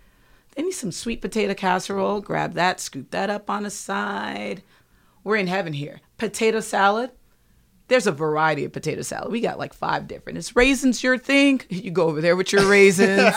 [SPEAKER 5] They need some sweet potato casserole. Grab that, scoop that up on the side. We're in heaven here. Potato salad. There's a variety of potato salad. We got like five different. It's raisins your thing. You go over there with your raisins.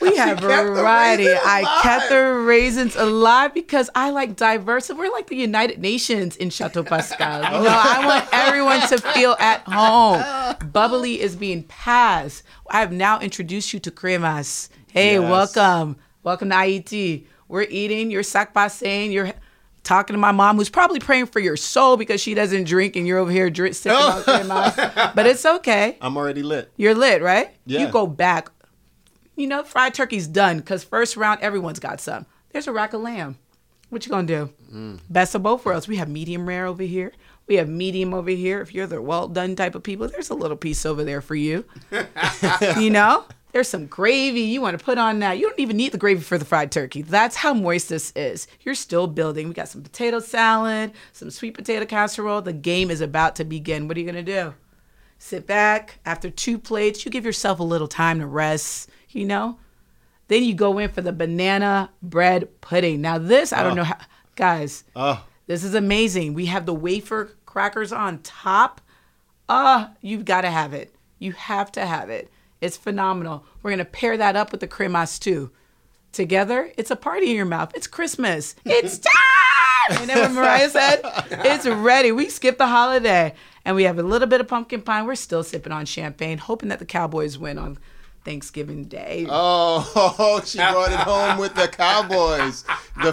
[SPEAKER 5] We have variety. I kept the raisins alive because I like diverse. We're like the United Nations in Chateau Pascal. You know, I want everyone to feel at home. Bubbly is being passed. I have now introduced you to cremas. Hey,
[SPEAKER 4] Yes.
[SPEAKER 5] welcome. Welcome to IET. We're eating. You're sac passing. You're talking to my mom, who's probably praying for your soul because she doesn't drink, and you're over here drink, sipping on cremas. But it's okay.
[SPEAKER 4] I'm already lit.
[SPEAKER 5] You're lit, right?
[SPEAKER 4] Yeah.
[SPEAKER 5] You go back. You know, fried turkey's done because first round, everyone's got some. There's a rack of lamb. What you gonna do? Best of both worlds. We have medium rare over here. We have medium over here. If you're the well done type of people, there's a little piece over there for you. you know, there's some gravy you want to put on that. You don't even need the gravy for the fried turkey. That's how moist this is. You're still building. We got some potato salad, some sweet potato casserole. The game is about to begin. What are you gonna do? sit back after two plates you give yourself a little time to rest you know then you go in for the banana bread pudding now this i don't know how guys this is amazing we have the wafer crackers on top ah you've got to have it you have to have it it's phenomenal we're going to pair that up with the cremas too together it's a party in your mouth it's christmas it's time and then when mariah said it's ready we skip the holiday and we have a little bit of pumpkin pie we're still sipping on champagne hoping that the cowboys win on thanksgiving day
[SPEAKER 4] Oh, she brought it home with the Cowboys. The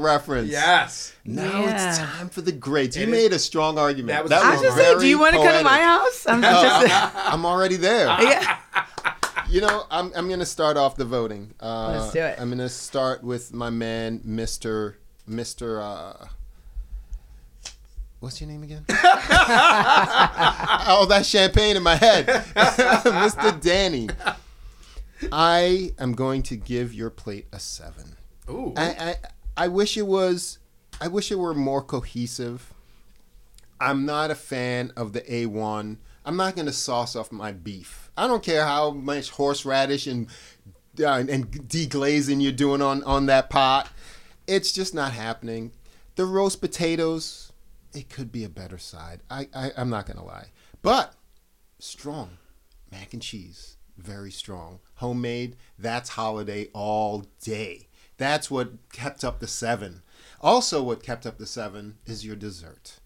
[SPEAKER 4] reference.
[SPEAKER 3] Yes.
[SPEAKER 4] Now it's
[SPEAKER 5] Yeah.
[SPEAKER 4] time for the greats. You made a strong argument.
[SPEAKER 3] That was a
[SPEAKER 5] i was just like do you want to come to my house i'm just
[SPEAKER 4] I'm already there.
[SPEAKER 3] Ah.
[SPEAKER 5] yeah.
[SPEAKER 4] You know, I'm, I'm going to start off the voting. Uh,
[SPEAKER 5] Let's do it.
[SPEAKER 4] I'm going to start with my man, Mr. Mr. Uh, what's your name again? All that champagne in my head. Mr. Danny. I am going to give your plate a seven.
[SPEAKER 3] Ooh.
[SPEAKER 4] I, I I wish it was I wish it were more cohesive. I'm not a fan of the A1. I'm not going to sauce off my beef. I don't care how much horseradish and uh, and deglazing you're doing on on that pot. It's just not happening. The roast potatoes, it could be a better side. I, I I'm not going to lie. But strong mac and cheese very strong homemade that's holiday all day that's what kept up the seven also what kept up the seven is your dessert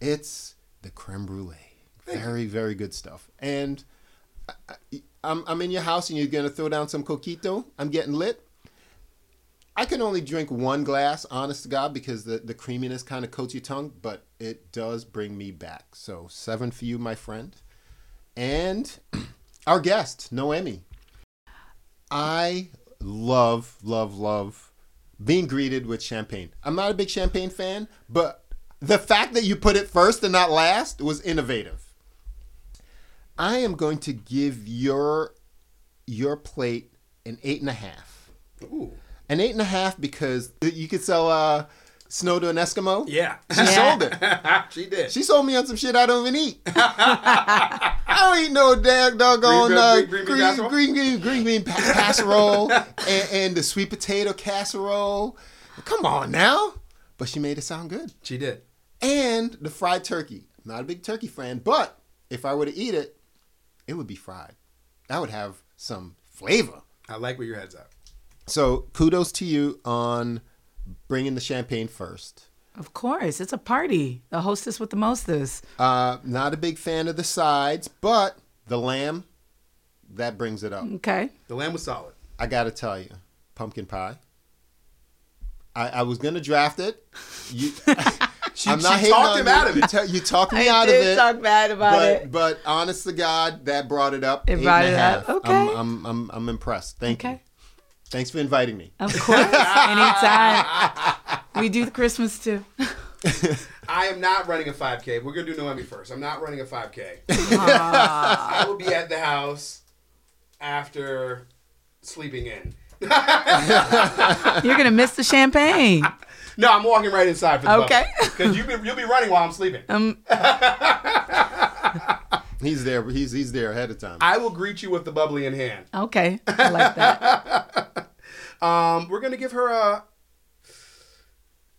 [SPEAKER 4] it's the creme brulee very very good stuff and I- I, I'm, I'm in your house and you're gonna throw down some coquito i'm getting lit I can only drink one glass, honest to God, because the, the creaminess kind of coats your tongue, but it does bring me back. So, seven for you, my friend. And our guest, Noemi. I love, love, love being greeted with champagne. I'm not a big champagne fan, but the fact that you put it first and not last was innovative. I am going to give your your plate an eight and a half.
[SPEAKER 3] Ooh.
[SPEAKER 4] An eight and a half because you could sell uh, snow to an Eskimo.
[SPEAKER 3] Yeah.
[SPEAKER 4] She sold it.
[SPEAKER 3] she did.
[SPEAKER 4] She sold me on some shit I don't even eat. I don't eat no damn doggone
[SPEAKER 3] Green-
[SPEAKER 4] uh,
[SPEAKER 3] green- green
[SPEAKER 4] green,
[SPEAKER 3] bean casserole?
[SPEAKER 4] green, green, green bean pa- casserole and, and the sweet potato casserole. Come on now. But she made it sound good.
[SPEAKER 3] she did.
[SPEAKER 4] And the fried turkey. Not a big turkey fan, but if I were to eat it, it would be fried. I would have some flavor.
[SPEAKER 3] I like where your head's at.
[SPEAKER 4] So kudos to you on bringing the champagne first.
[SPEAKER 5] Of course, it's a party. The hostess with the mostest.
[SPEAKER 4] Uh, not a big fan of the sides, but the lamb, that brings it up.
[SPEAKER 5] Okay.
[SPEAKER 3] The lamb was solid.
[SPEAKER 4] I gotta tell you, pumpkin pie. I, I was gonna draft it. You, I'm not
[SPEAKER 3] she
[SPEAKER 4] hating
[SPEAKER 3] talked
[SPEAKER 4] on
[SPEAKER 3] him
[SPEAKER 4] you.
[SPEAKER 3] out of
[SPEAKER 4] You,
[SPEAKER 3] it.
[SPEAKER 4] ta- you talked me
[SPEAKER 5] I
[SPEAKER 4] out of
[SPEAKER 5] did
[SPEAKER 4] it.
[SPEAKER 5] talk bad about
[SPEAKER 4] but,
[SPEAKER 5] it.
[SPEAKER 4] But honest to God, that brought it up.
[SPEAKER 5] It
[SPEAKER 4] eight
[SPEAKER 5] brought
[SPEAKER 4] and a
[SPEAKER 5] it up.
[SPEAKER 4] half. I'm-
[SPEAKER 5] Okay.
[SPEAKER 4] I'm, I'm, I'm, impressed. Thank you.
[SPEAKER 5] Okay. Oh.
[SPEAKER 4] Thanks for inviting me.
[SPEAKER 5] Of course, anytime. We do the Christmas too.
[SPEAKER 3] I am not running a 5K. We're gonna do Noemi first. I'm not running a 5K. I will be at the house after sleeping in.
[SPEAKER 5] You're gonna miss the champagne.
[SPEAKER 3] No, I'm walking right inside for the
[SPEAKER 5] Okay.
[SPEAKER 3] Because you be, you'll be running while I'm sleeping.
[SPEAKER 4] Um, He's there. He's he's there ahead of time.
[SPEAKER 3] I will greet you with the bubbly in hand.
[SPEAKER 5] Okay, I like that.
[SPEAKER 3] Um, we're gonna give her a.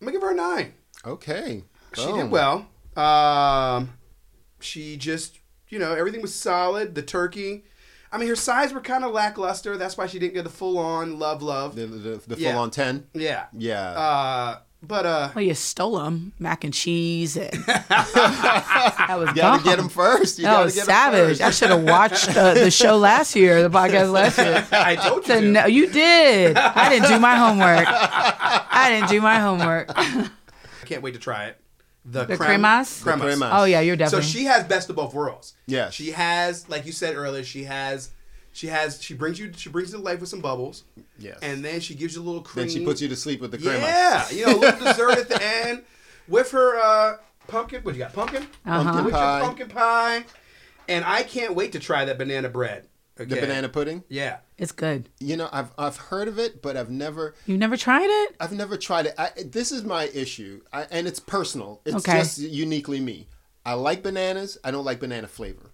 [SPEAKER 3] I'm gonna give her a nine.
[SPEAKER 4] okay.
[SPEAKER 3] She
[SPEAKER 4] Boom.
[SPEAKER 3] did well. Um, she just, you know, everything was solid. The turkey. I mean, her sides were kind of lackluster. That's why she didn't get the full on love, love.
[SPEAKER 4] The, the, the
[SPEAKER 3] Yeah.
[SPEAKER 4] full on ten.
[SPEAKER 3] Yeah.
[SPEAKER 4] Yeah.
[SPEAKER 3] Uh, but uh,
[SPEAKER 5] Well, you stole them, mac and cheese, and that was
[SPEAKER 4] you gotta
[SPEAKER 5] bomb.
[SPEAKER 4] get him first. You
[SPEAKER 5] That
[SPEAKER 4] gotta
[SPEAKER 5] was
[SPEAKER 4] get 'em
[SPEAKER 5] savage.
[SPEAKER 4] first.
[SPEAKER 5] I should have watched uh, the show last year, the podcast last year.
[SPEAKER 3] I told you.
[SPEAKER 5] To
[SPEAKER 3] to.
[SPEAKER 5] know, you did. I didn't do my homework. I didn't do my homework.
[SPEAKER 3] I can't wait to try it. The,
[SPEAKER 5] The
[SPEAKER 3] creme-
[SPEAKER 5] cremas? The
[SPEAKER 3] cremas.
[SPEAKER 4] cremas.
[SPEAKER 5] Oh yeah, you're
[SPEAKER 3] So
[SPEAKER 5] definitely.
[SPEAKER 3] she has best of both worlds.
[SPEAKER 4] Yes.
[SPEAKER 3] She has, like you said earlier, she has, she has, she brings you, she brings you to life with some bubbles.
[SPEAKER 4] Yes.
[SPEAKER 3] And then she gives you a little cream.
[SPEAKER 4] Then she puts you to sleep with the cremas.
[SPEAKER 3] Yeah, you know, a little dessert at the end with her uh, pumpkin. What you got? Pumpkin.
[SPEAKER 4] Pumpkin
[SPEAKER 3] With
[SPEAKER 4] pie.
[SPEAKER 3] your pumpkin pie. And I can't wait to try that banana bread.
[SPEAKER 4] The
[SPEAKER 3] Okay.
[SPEAKER 4] banana pudding.
[SPEAKER 3] Yeah.
[SPEAKER 5] it's good.
[SPEAKER 4] You know, I've I've heard of it, but I've never
[SPEAKER 5] You never tried it?
[SPEAKER 4] I've never tried it. I, this is my issue, I, and it's personal. It's
[SPEAKER 5] Okay.
[SPEAKER 4] just uniquely me. I like bananas. I don't like banana flavor.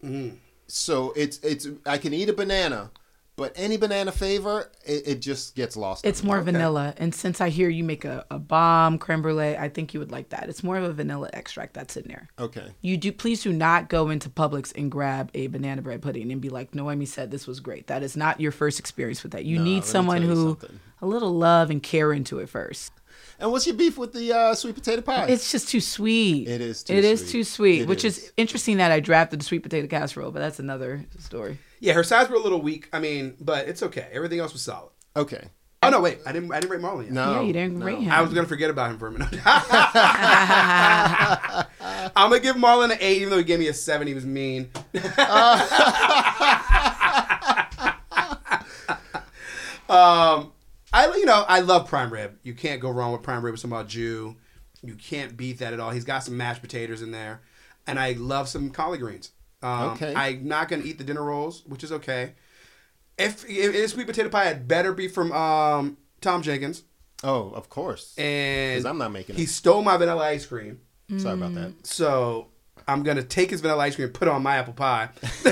[SPEAKER 4] So it's it's I can eat a banana, but any banana flavor, it, it just gets lost.
[SPEAKER 5] It's
[SPEAKER 4] on me.
[SPEAKER 5] more vanilla. And since I hear you make a, a bomb creme brulee, I think you would like that. It's more of a vanilla extract that's in there.
[SPEAKER 4] okay.
[SPEAKER 5] You do please do not go into Publix and grab a banana bread pudding and be like, Noemi said this was great. That is not your first experience with that. You
[SPEAKER 4] let
[SPEAKER 5] need
[SPEAKER 4] me
[SPEAKER 5] someone
[SPEAKER 4] tell you
[SPEAKER 5] who
[SPEAKER 4] something.
[SPEAKER 5] a little love and care into it first.
[SPEAKER 4] And what's your beef with the uh, sweet potato pie?
[SPEAKER 5] It's just too sweet.
[SPEAKER 4] It is too
[SPEAKER 5] It is
[SPEAKER 4] sweet.
[SPEAKER 5] too sweet,
[SPEAKER 4] It
[SPEAKER 5] which is.
[SPEAKER 4] is.
[SPEAKER 5] interesting that I drafted the sweet potato casserole, but that's another story.
[SPEAKER 3] Yeah. Her sides were a little weak. I mean, but it's okay. Everything else was solid.
[SPEAKER 4] okay.
[SPEAKER 3] Oh no, wait. I didn't. I didn't rate Marlon yet.
[SPEAKER 4] Oh, No.
[SPEAKER 5] yeah, you didn't rate him.
[SPEAKER 3] I was gonna forget about him for a minute. I'm gonna give Marlon an eight, even though he gave me a seven. He was mean. um, I you know I love prime rib. You can't go wrong with prime rib with some au jus. You can't beat that at all. He's got some mashed potatoes in there, and I love some collard greens. Um,
[SPEAKER 4] Okay.
[SPEAKER 3] I'm not gonna eat the dinner rolls, which is okay. If, if it's sweet potato pie, it better be from um, Tom Jenkins
[SPEAKER 4] Oh, of course.
[SPEAKER 3] and
[SPEAKER 4] 'Cause I'm not making
[SPEAKER 3] He
[SPEAKER 4] it.
[SPEAKER 3] stole my vanilla ice cream,
[SPEAKER 4] Sorry about that.
[SPEAKER 5] Mm.
[SPEAKER 3] so I'm gonna take his vanilla ice cream and put it on my apple pie
[SPEAKER 5] He's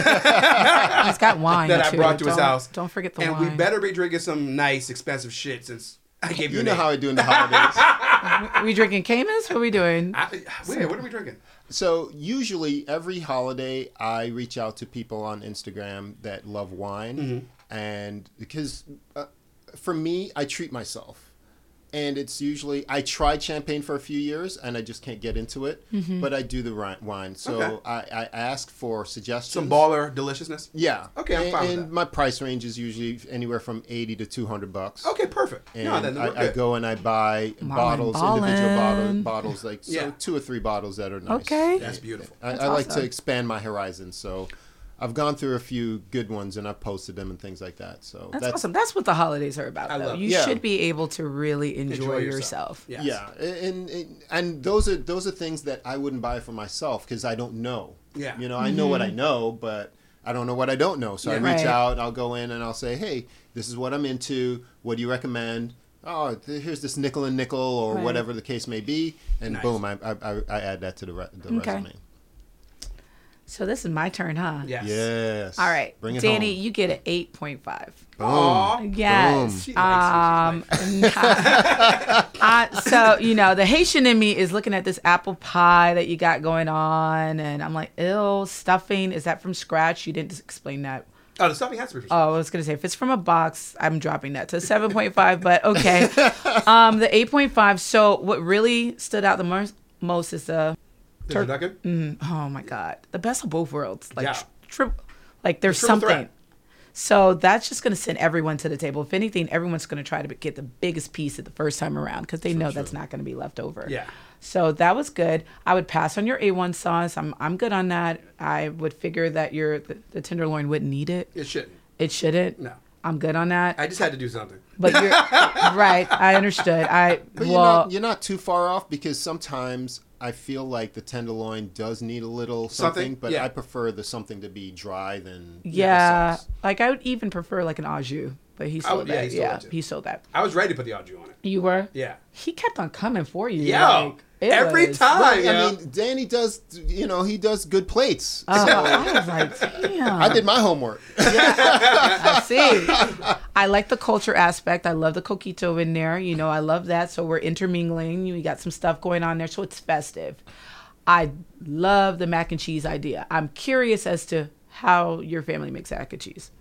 [SPEAKER 5] got wine
[SPEAKER 3] that I
[SPEAKER 5] too.
[SPEAKER 3] brought to his
[SPEAKER 5] Don't-
[SPEAKER 3] house.
[SPEAKER 5] Don't forget the
[SPEAKER 3] and we
[SPEAKER 5] wine.
[SPEAKER 3] better be drinking some nice, expensive shit since I gave you.
[SPEAKER 4] You
[SPEAKER 3] an
[SPEAKER 4] know
[SPEAKER 3] eight.
[SPEAKER 4] how I do in the holidays.
[SPEAKER 5] we drinking Camus? What are we doing?
[SPEAKER 3] I, wait, what are we drinking?
[SPEAKER 4] so usually every holiday, I reach out to people on Instagram that love wine,
[SPEAKER 3] Mm-hmm.
[SPEAKER 4] and because uh, for me, I treat myself, and it's usually I tried champagne for a few years and I just can't get into it, but I do the ri- wine. So
[SPEAKER 3] Okay.
[SPEAKER 4] I, I ask for suggestions.
[SPEAKER 3] Some baller deliciousness.
[SPEAKER 4] Yeah.
[SPEAKER 3] Okay, I'm
[SPEAKER 4] and,
[SPEAKER 3] fine with
[SPEAKER 4] and
[SPEAKER 3] that.
[SPEAKER 4] my price range is usually anywhere from eighty to two hundred bucks.
[SPEAKER 3] Okay, perfect.
[SPEAKER 4] and
[SPEAKER 3] no, then we're
[SPEAKER 4] I, I
[SPEAKER 3] good.
[SPEAKER 4] go and I buy
[SPEAKER 5] Marlon
[SPEAKER 4] bottles, individual
[SPEAKER 5] Ballin.
[SPEAKER 4] bottles, bottles like so
[SPEAKER 3] Yeah.
[SPEAKER 4] two or three bottles that are nice.
[SPEAKER 5] Okay.
[SPEAKER 3] That's beautiful.
[SPEAKER 4] I, I like to expand my horizons, so I've gone through a few good ones and I've posted them and things like that. So
[SPEAKER 5] That's, awesome. That's what the holidays are about. though.
[SPEAKER 3] love it.
[SPEAKER 5] you
[SPEAKER 4] Yeah.
[SPEAKER 5] should be able to really enjoy,
[SPEAKER 3] Enjoy
[SPEAKER 5] yourself.
[SPEAKER 3] yourself. Yes.
[SPEAKER 4] Yeah, and, and and those are those are things that I wouldn't buy for myself because I don't know.
[SPEAKER 3] Yeah.
[SPEAKER 4] you know, I know what I know, but I don't know what I don't know. So I
[SPEAKER 3] Yeah.
[SPEAKER 4] reach
[SPEAKER 5] Mm-hmm. Right.
[SPEAKER 4] out, I'll go in and I'll say, hey, this is what I'm into. What do you recommend? Oh, th- here's this nickel and nickel or
[SPEAKER 5] Right.
[SPEAKER 4] whatever the case may be, and
[SPEAKER 3] Nice.
[SPEAKER 4] boom, I, I I- I add that to the, re- the
[SPEAKER 5] Okay.
[SPEAKER 4] resume.
[SPEAKER 5] So this is my turn, huh?
[SPEAKER 3] Yes.
[SPEAKER 4] Yes.
[SPEAKER 5] All right.
[SPEAKER 4] Bring it
[SPEAKER 5] Danny,
[SPEAKER 4] home.
[SPEAKER 5] you get an eight point five.
[SPEAKER 3] Aw,
[SPEAKER 5] Yes.
[SPEAKER 3] she likes
[SPEAKER 5] Um,
[SPEAKER 3] it. She's like-
[SPEAKER 5] uh, so you know the Haitian in me is looking at this apple pie that you got going on, and I'm like, "Ew, stuffing. Is that from scratch? You didn't explain that.
[SPEAKER 3] Oh, the stuffing has to be for
[SPEAKER 5] Oh, I was gonna say if it's from a box, I'm dropping that to seven point five. But okay, um, the eight point five. So what really stood out the most most is the
[SPEAKER 3] the turducken.
[SPEAKER 5] oh my god, the best of both worlds. Like
[SPEAKER 3] Yeah.
[SPEAKER 5] tri- tri- like there's
[SPEAKER 3] triple
[SPEAKER 5] something.
[SPEAKER 3] threat.
[SPEAKER 5] So that's just gonna send everyone to the table. If anything, everyone's gonna try to get the biggest piece at the first time around because they know that's not gonna be left over.
[SPEAKER 3] Yeah.
[SPEAKER 5] So that was good. I would pass on your A1 sauce. I'm I'm good on that. I would figure that your the, the tenderloin wouldn't need it.
[SPEAKER 3] It shouldn't.
[SPEAKER 5] It shouldn't.
[SPEAKER 3] No.
[SPEAKER 5] I'm good on that.
[SPEAKER 3] I just had to do something.
[SPEAKER 5] but you're right. I understood. I
[SPEAKER 4] But
[SPEAKER 5] well,
[SPEAKER 4] you're, not, you're not too far off because sometimes I feel like the tenderloin does need a little something,
[SPEAKER 3] Something,
[SPEAKER 4] but
[SPEAKER 3] yeah.
[SPEAKER 4] I prefer the something to be dry than the
[SPEAKER 5] yeah.
[SPEAKER 4] sauce.
[SPEAKER 5] Like I would even prefer like an au jus, but he
[SPEAKER 3] I
[SPEAKER 5] sold
[SPEAKER 3] would- yeah,
[SPEAKER 5] that.
[SPEAKER 3] he sold
[SPEAKER 5] Yeah,
[SPEAKER 3] it too.
[SPEAKER 5] he sold that.
[SPEAKER 3] I was ready to put the au jus on it.
[SPEAKER 5] You were.
[SPEAKER 3] Yeah.
[SPEAKER 5] He kept on coming for you.
[SPEAKER 3] Yeah.
[SPEAKER 5] like, it
[SPEAKER 3] Every
[SPEAKER 5] was-
[SPEAKER 3] time.
[SPEAKER 4] I
[SPEAKER 3] yo.
[SPEAKER 4] mean, Danny does, you know, he does good plates.
[SPEAKER 5] Oh, I was like, damn.
[SPEAKER 4] I did my homework.
[SPEAKER 5] I see. I like the culture aspect. I love the coquito in there. You know, I love that. So we're intermingling. You got some stuff going on there. So it's festive. I love the mac and cheese idea. I'm curious as to how your family makes mac and cheese.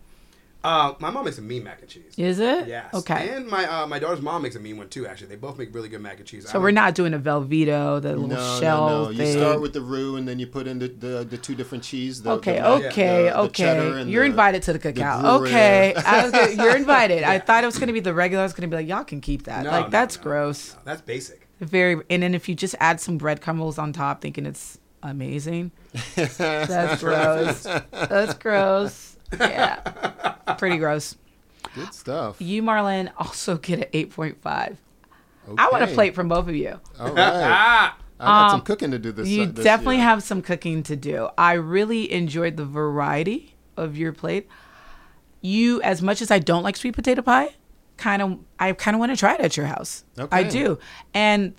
[SPEAKER 3] Uh, my mom makes a mean mac and cheese.
[SPEAKER 5] Is it?
[SPEAKER 3] Yes.
[SPEAKER 5] Okay.
[SPEAKER 3] And my uh, my daughter's mom makes a mean one too. Actually, they both make really good mac and cheese.
[SPEAKER 5] so we're not doing a Velveeta, the little
[SPEAKER 4] No,
[SPEAKER 5] shell
[SPEAKER 4] no, no.
[SPEAKER 5] thing.
[SPEAKER 4] You start with the roux, and then you put in the, the, the two different cheese. The,
[SPEAKER 5] Okay,
[SPEAKER 4] the mac,
[SPEAKER 5] okay,
[SPEAKER 4] the- the cheddar,
[SPEAKER 5] okay.
[SPEAKER 4] and
[SPEAKER 5] You're
[SPEAKER 4] the-
[SPEAKER 5] invited to the
[SPEAKER 4] the
[SPEAKER 5] cacao.
[SPEAKER 4] Gruyere.
[SPEAKER 5] okay, I was gonna, you're invited. I thought it was going to be the regular. I was going to be like, y'all can keep that.
[SPEAKER 3] No,
[SPEAKER 5] like
[SPEAKER 3] no,
[SPEAKER 5] that's
[SPEAKER 3] no,
[SPEAKER 5] gross.
[SPEAKER 3] no, that's basic.
[SPEAKER 5] Very. And then if you just add some breadcrumbs on top, thinking it's amazing. that's gross. That's gross. Yeah, pretty gross.
[SPEAKER 4] Good stuff.
[SPEAKER 5] You, Marlon, also get an eight point five. I want a
[SPEAKER 4] Okay.
[SPEAKER 5] plate from both of you.
[SPEAKER 4] All right.
[SPEAKER 5] Ah!
[SPEAKER 4] I got some cooking to do this.
[SPEAKER 5] Um, You
[SPEAKER 4] uh, this
[SPEAKER 5] definitely
[SPEAKER 4] year.
[SPEAKER 5] have some cooking to do. I really enjoyed the variety of your plate. You, as much as I don't like sweet potato pie, kind of, I kind of want to try it at your house. I
[SPEAKER 4] Okay.
[SPEAKER 5] do. And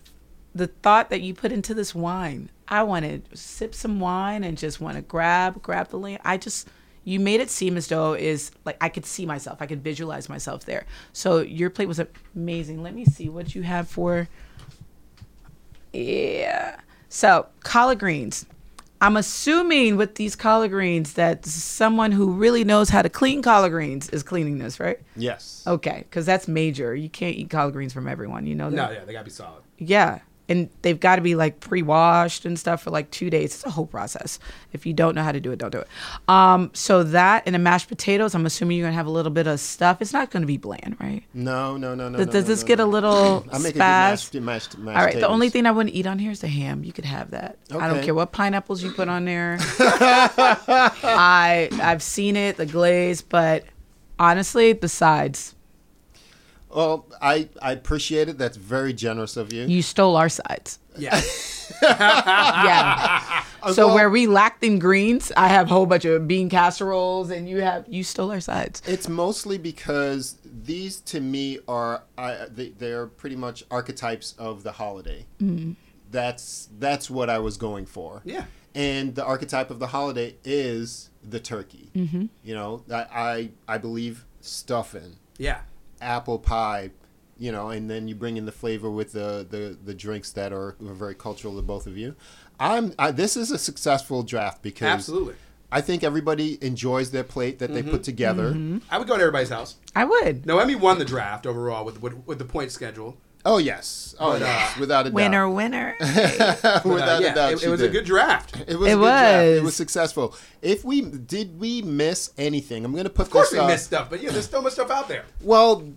[SPEAKER 5] the thought that you put into this wine, I want to sip some wine and just want to grab, grab the lamb. I just, you made it seem as though is like I could see myself, I could visualize myself there. So your plate was amazing. Let me see what you have for. Yeah. So collard greens. I'm assuming with these collard greens that someone who really knows how to clean collard greens is cleaning this, right?
[SPEAKER 4] Yes.
[SPEAKER 5] Okay, because that's major. You can't eat collard greens from everyone. You know that.
[SPEAKER 3] No, yeah, they gotta be solid.
[SPEAKER 5] Yeah. And they've got to be like pre washed and stuff for like two days. It's a whole process. If you don't know how to do it, don't do it. Um, so that and the mashed potatoes, I'm assuming you're going to have a little bit of stuff. It's not going to be bland, right?
[SPEAKER 4] No, no, no, no.
[SPEAKER 5] Does,
[SPEAKER 4] no,
[SPEAKER 5] does
[SPEAKER 4] no,
[SPEAKER 5] this
[SPEAKER 4] no,
[SPEAKER 5] get
[SPEAKER 4] no.
[SPEAKER 5] a little
[SPEAKER 4] I make a good
[SPEAKER 5] spaz?
[SPEAKER 4] mashed, mashed, mashed
[SPEAKER 5] All right. The only
[SPEAKER 4] potatoes.
[SPEAKER 5] thing I wouldn't eat on here is the ham. You could have that. I don't
[SPEAKER 4] Okay.
[SPEAKER 5] care what pineapples you put on there. I I've seen it, the glaze, but honestly, the sides.
[SPEAKER 4] Well, I, I appreciate it. That's very generous of you.
[SPEAKER 5] You stole our sides.
[SPEAKER 3] Yeah.
[SPEAKER 5] Yeah. so
[SPEAKER 4] well-
[SPEAKER 5] where we lacked in greens, I have a whole bunch of bean casseroles, and you have you stole our sides.
[SPEAKER 4] It's mostly because these to me are I, they, they're pretty much archetypes of the holiday. That's that's what I was going for.
[SPEAKER 3] Yeah.
[SPEAKER 4] And the archetype of the holiday is the turkey. Mm-hmm. You know, I, I I believe stuffing,
[SPEAKER 3] yeah.
[SPEAKER 4] apple pie, you know, and then you bring in the flavor with the the, the drinks that are, are very cultural to both of you. I'm I, this is a successful draft because
[SPEAKER 3] Absolutely. Mm-hmm.
[SPEAKER 4] I think everybody enjoys their plate that they put together.
[SPEAKER 3] I would go to everybody's house.
[SPEAKER 5] I would.
[SPEAKER 3] Noemi won the draft overall with with, with the point schedule.
[SPEAKER 4] Oh yes, oh yes, without a
[SPEAKER 5] Winner,
[SPEAKER 4] doubt.
[SPEAKER 5] winner.
[SPEAKER 4] without
[SPEAKER 3] Uh,
[SPEAKER 4] a
[SPEAKER 3] yeah,
[SPEAKER 4] doubt,
[SPEAKER 3] it,
[SPEAKER 4] she
[SPEAKER 3] it was a
[SPEAKER 4] did.
[SPEAKER 3] good draft.
[SPEAKER 4] It was.
[SPEAKER 5] It
[SPEAKER 4] a good draft. It
[SPEAKER 5] was.
[SPEAKER 4] was successful. If we did, we miss anything. I'm going to put
[SPEAKER 3] Of course,
[SPEAKER 4] this.
[SPEAKER 3] we
[SPEAKER 4] up.
[SPEAKER 3] missed stuff, but yeah, there's so much stuff out there.
[SPEAKER 4] Well,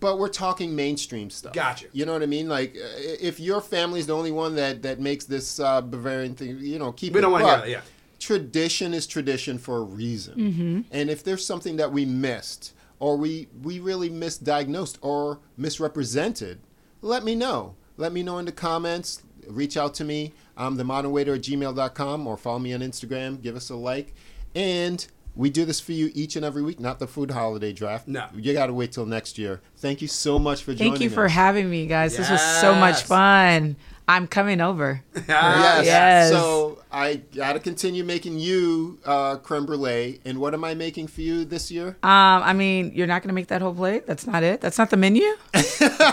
[SPEAKER 4] but we're talking mainstream stuff.
[SPEAKER 3] Gotcha.
[SPEAKER 4] You know what I mean? Like, uh, if your family's the only one that that makes this uh, Bavarian thing, you know, keep.
[SPEAKER 3] We
[SPEAKER 4] it.
[SPEAKER 3] don't wanna hear
[SPEAKER 4] But
[SPEAKER 3] that, yeah.
[SPEAKER 4] Tradition is tradition for a reason,
[SPEAKER 5] Mm-hmm.
[SPEAKER 4] and if there's something that we missed, or we we really misdiagnosed or misrepresented, let me know. Let me know in the comments. Reach out to me. I'm the modern waiter at gmail.com or follow me on Instagram. Give us a like. And we do this for you each and every week, not the food holiday draft.
[SPEAKER 3] No.
[SPEAKER 4] You got to wait till next year. Thank you so much for joining
[SPEAKER 5] Thank you for
[SPEAKER 4] us.
[SPEAKER 5] having me, guys. This was so much
[SPEAKER 3] Yes.
[SPEAKER 5] fun. I'm coming over.
[SPEAKER 3] Ah,
[SPEAKER 4] Yes.
[SPEAKER 5] Yes.
[SPEAKER 4] So I got to continue making you uh, creme brulee. And what am I making for you this year?
[SPEAKER 5] Um, I mean, you're not gonna make that whole plate. That's not it. That's not the menu.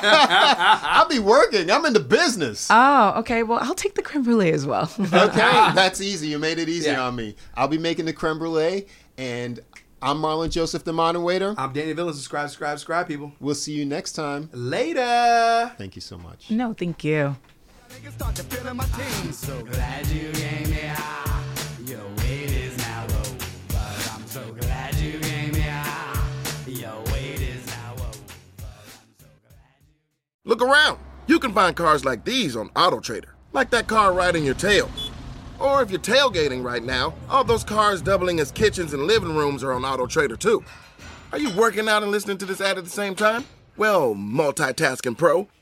[SPEAKER 4] I'll be working. I'm in the business.
[SPEAKER 5] Oh, okay. Well, I'll take the creme brulee as well.
[SPEAKER 4] okay. That's easy. You made it easy
[SPEAKER 3] Yeah.
[SPEAKER 4] on me. I'll be making the creme brulee. And I'm Marlon Joseph, the modern waiter.
[SPEAKER 3] I'm Danny Villain. Subscribe, subscribe, subscribe, people.
[SPEAKER 4] We'll see you next time.
[SPEAKER 3] Later.
[SPEAKER 4] Thank you so much.
[SPEAKER 5] No, thank you.
[SPEAKER 6] Niggas start to feel in my teens. So glad you gave me high. Your wait is now over. I'm so glad you gave me high. Your wait is now over. I'm so glad you.
[SPEAKER 2] Look around. You can find cars like these on AutoTrader, like that car riding your tail. Or if you're tailgating right now, all those cars doubling as kitchens and living rooms are on AutoTrader too. Are you working out and listening to this ad at the same time? Well, multitasking pro,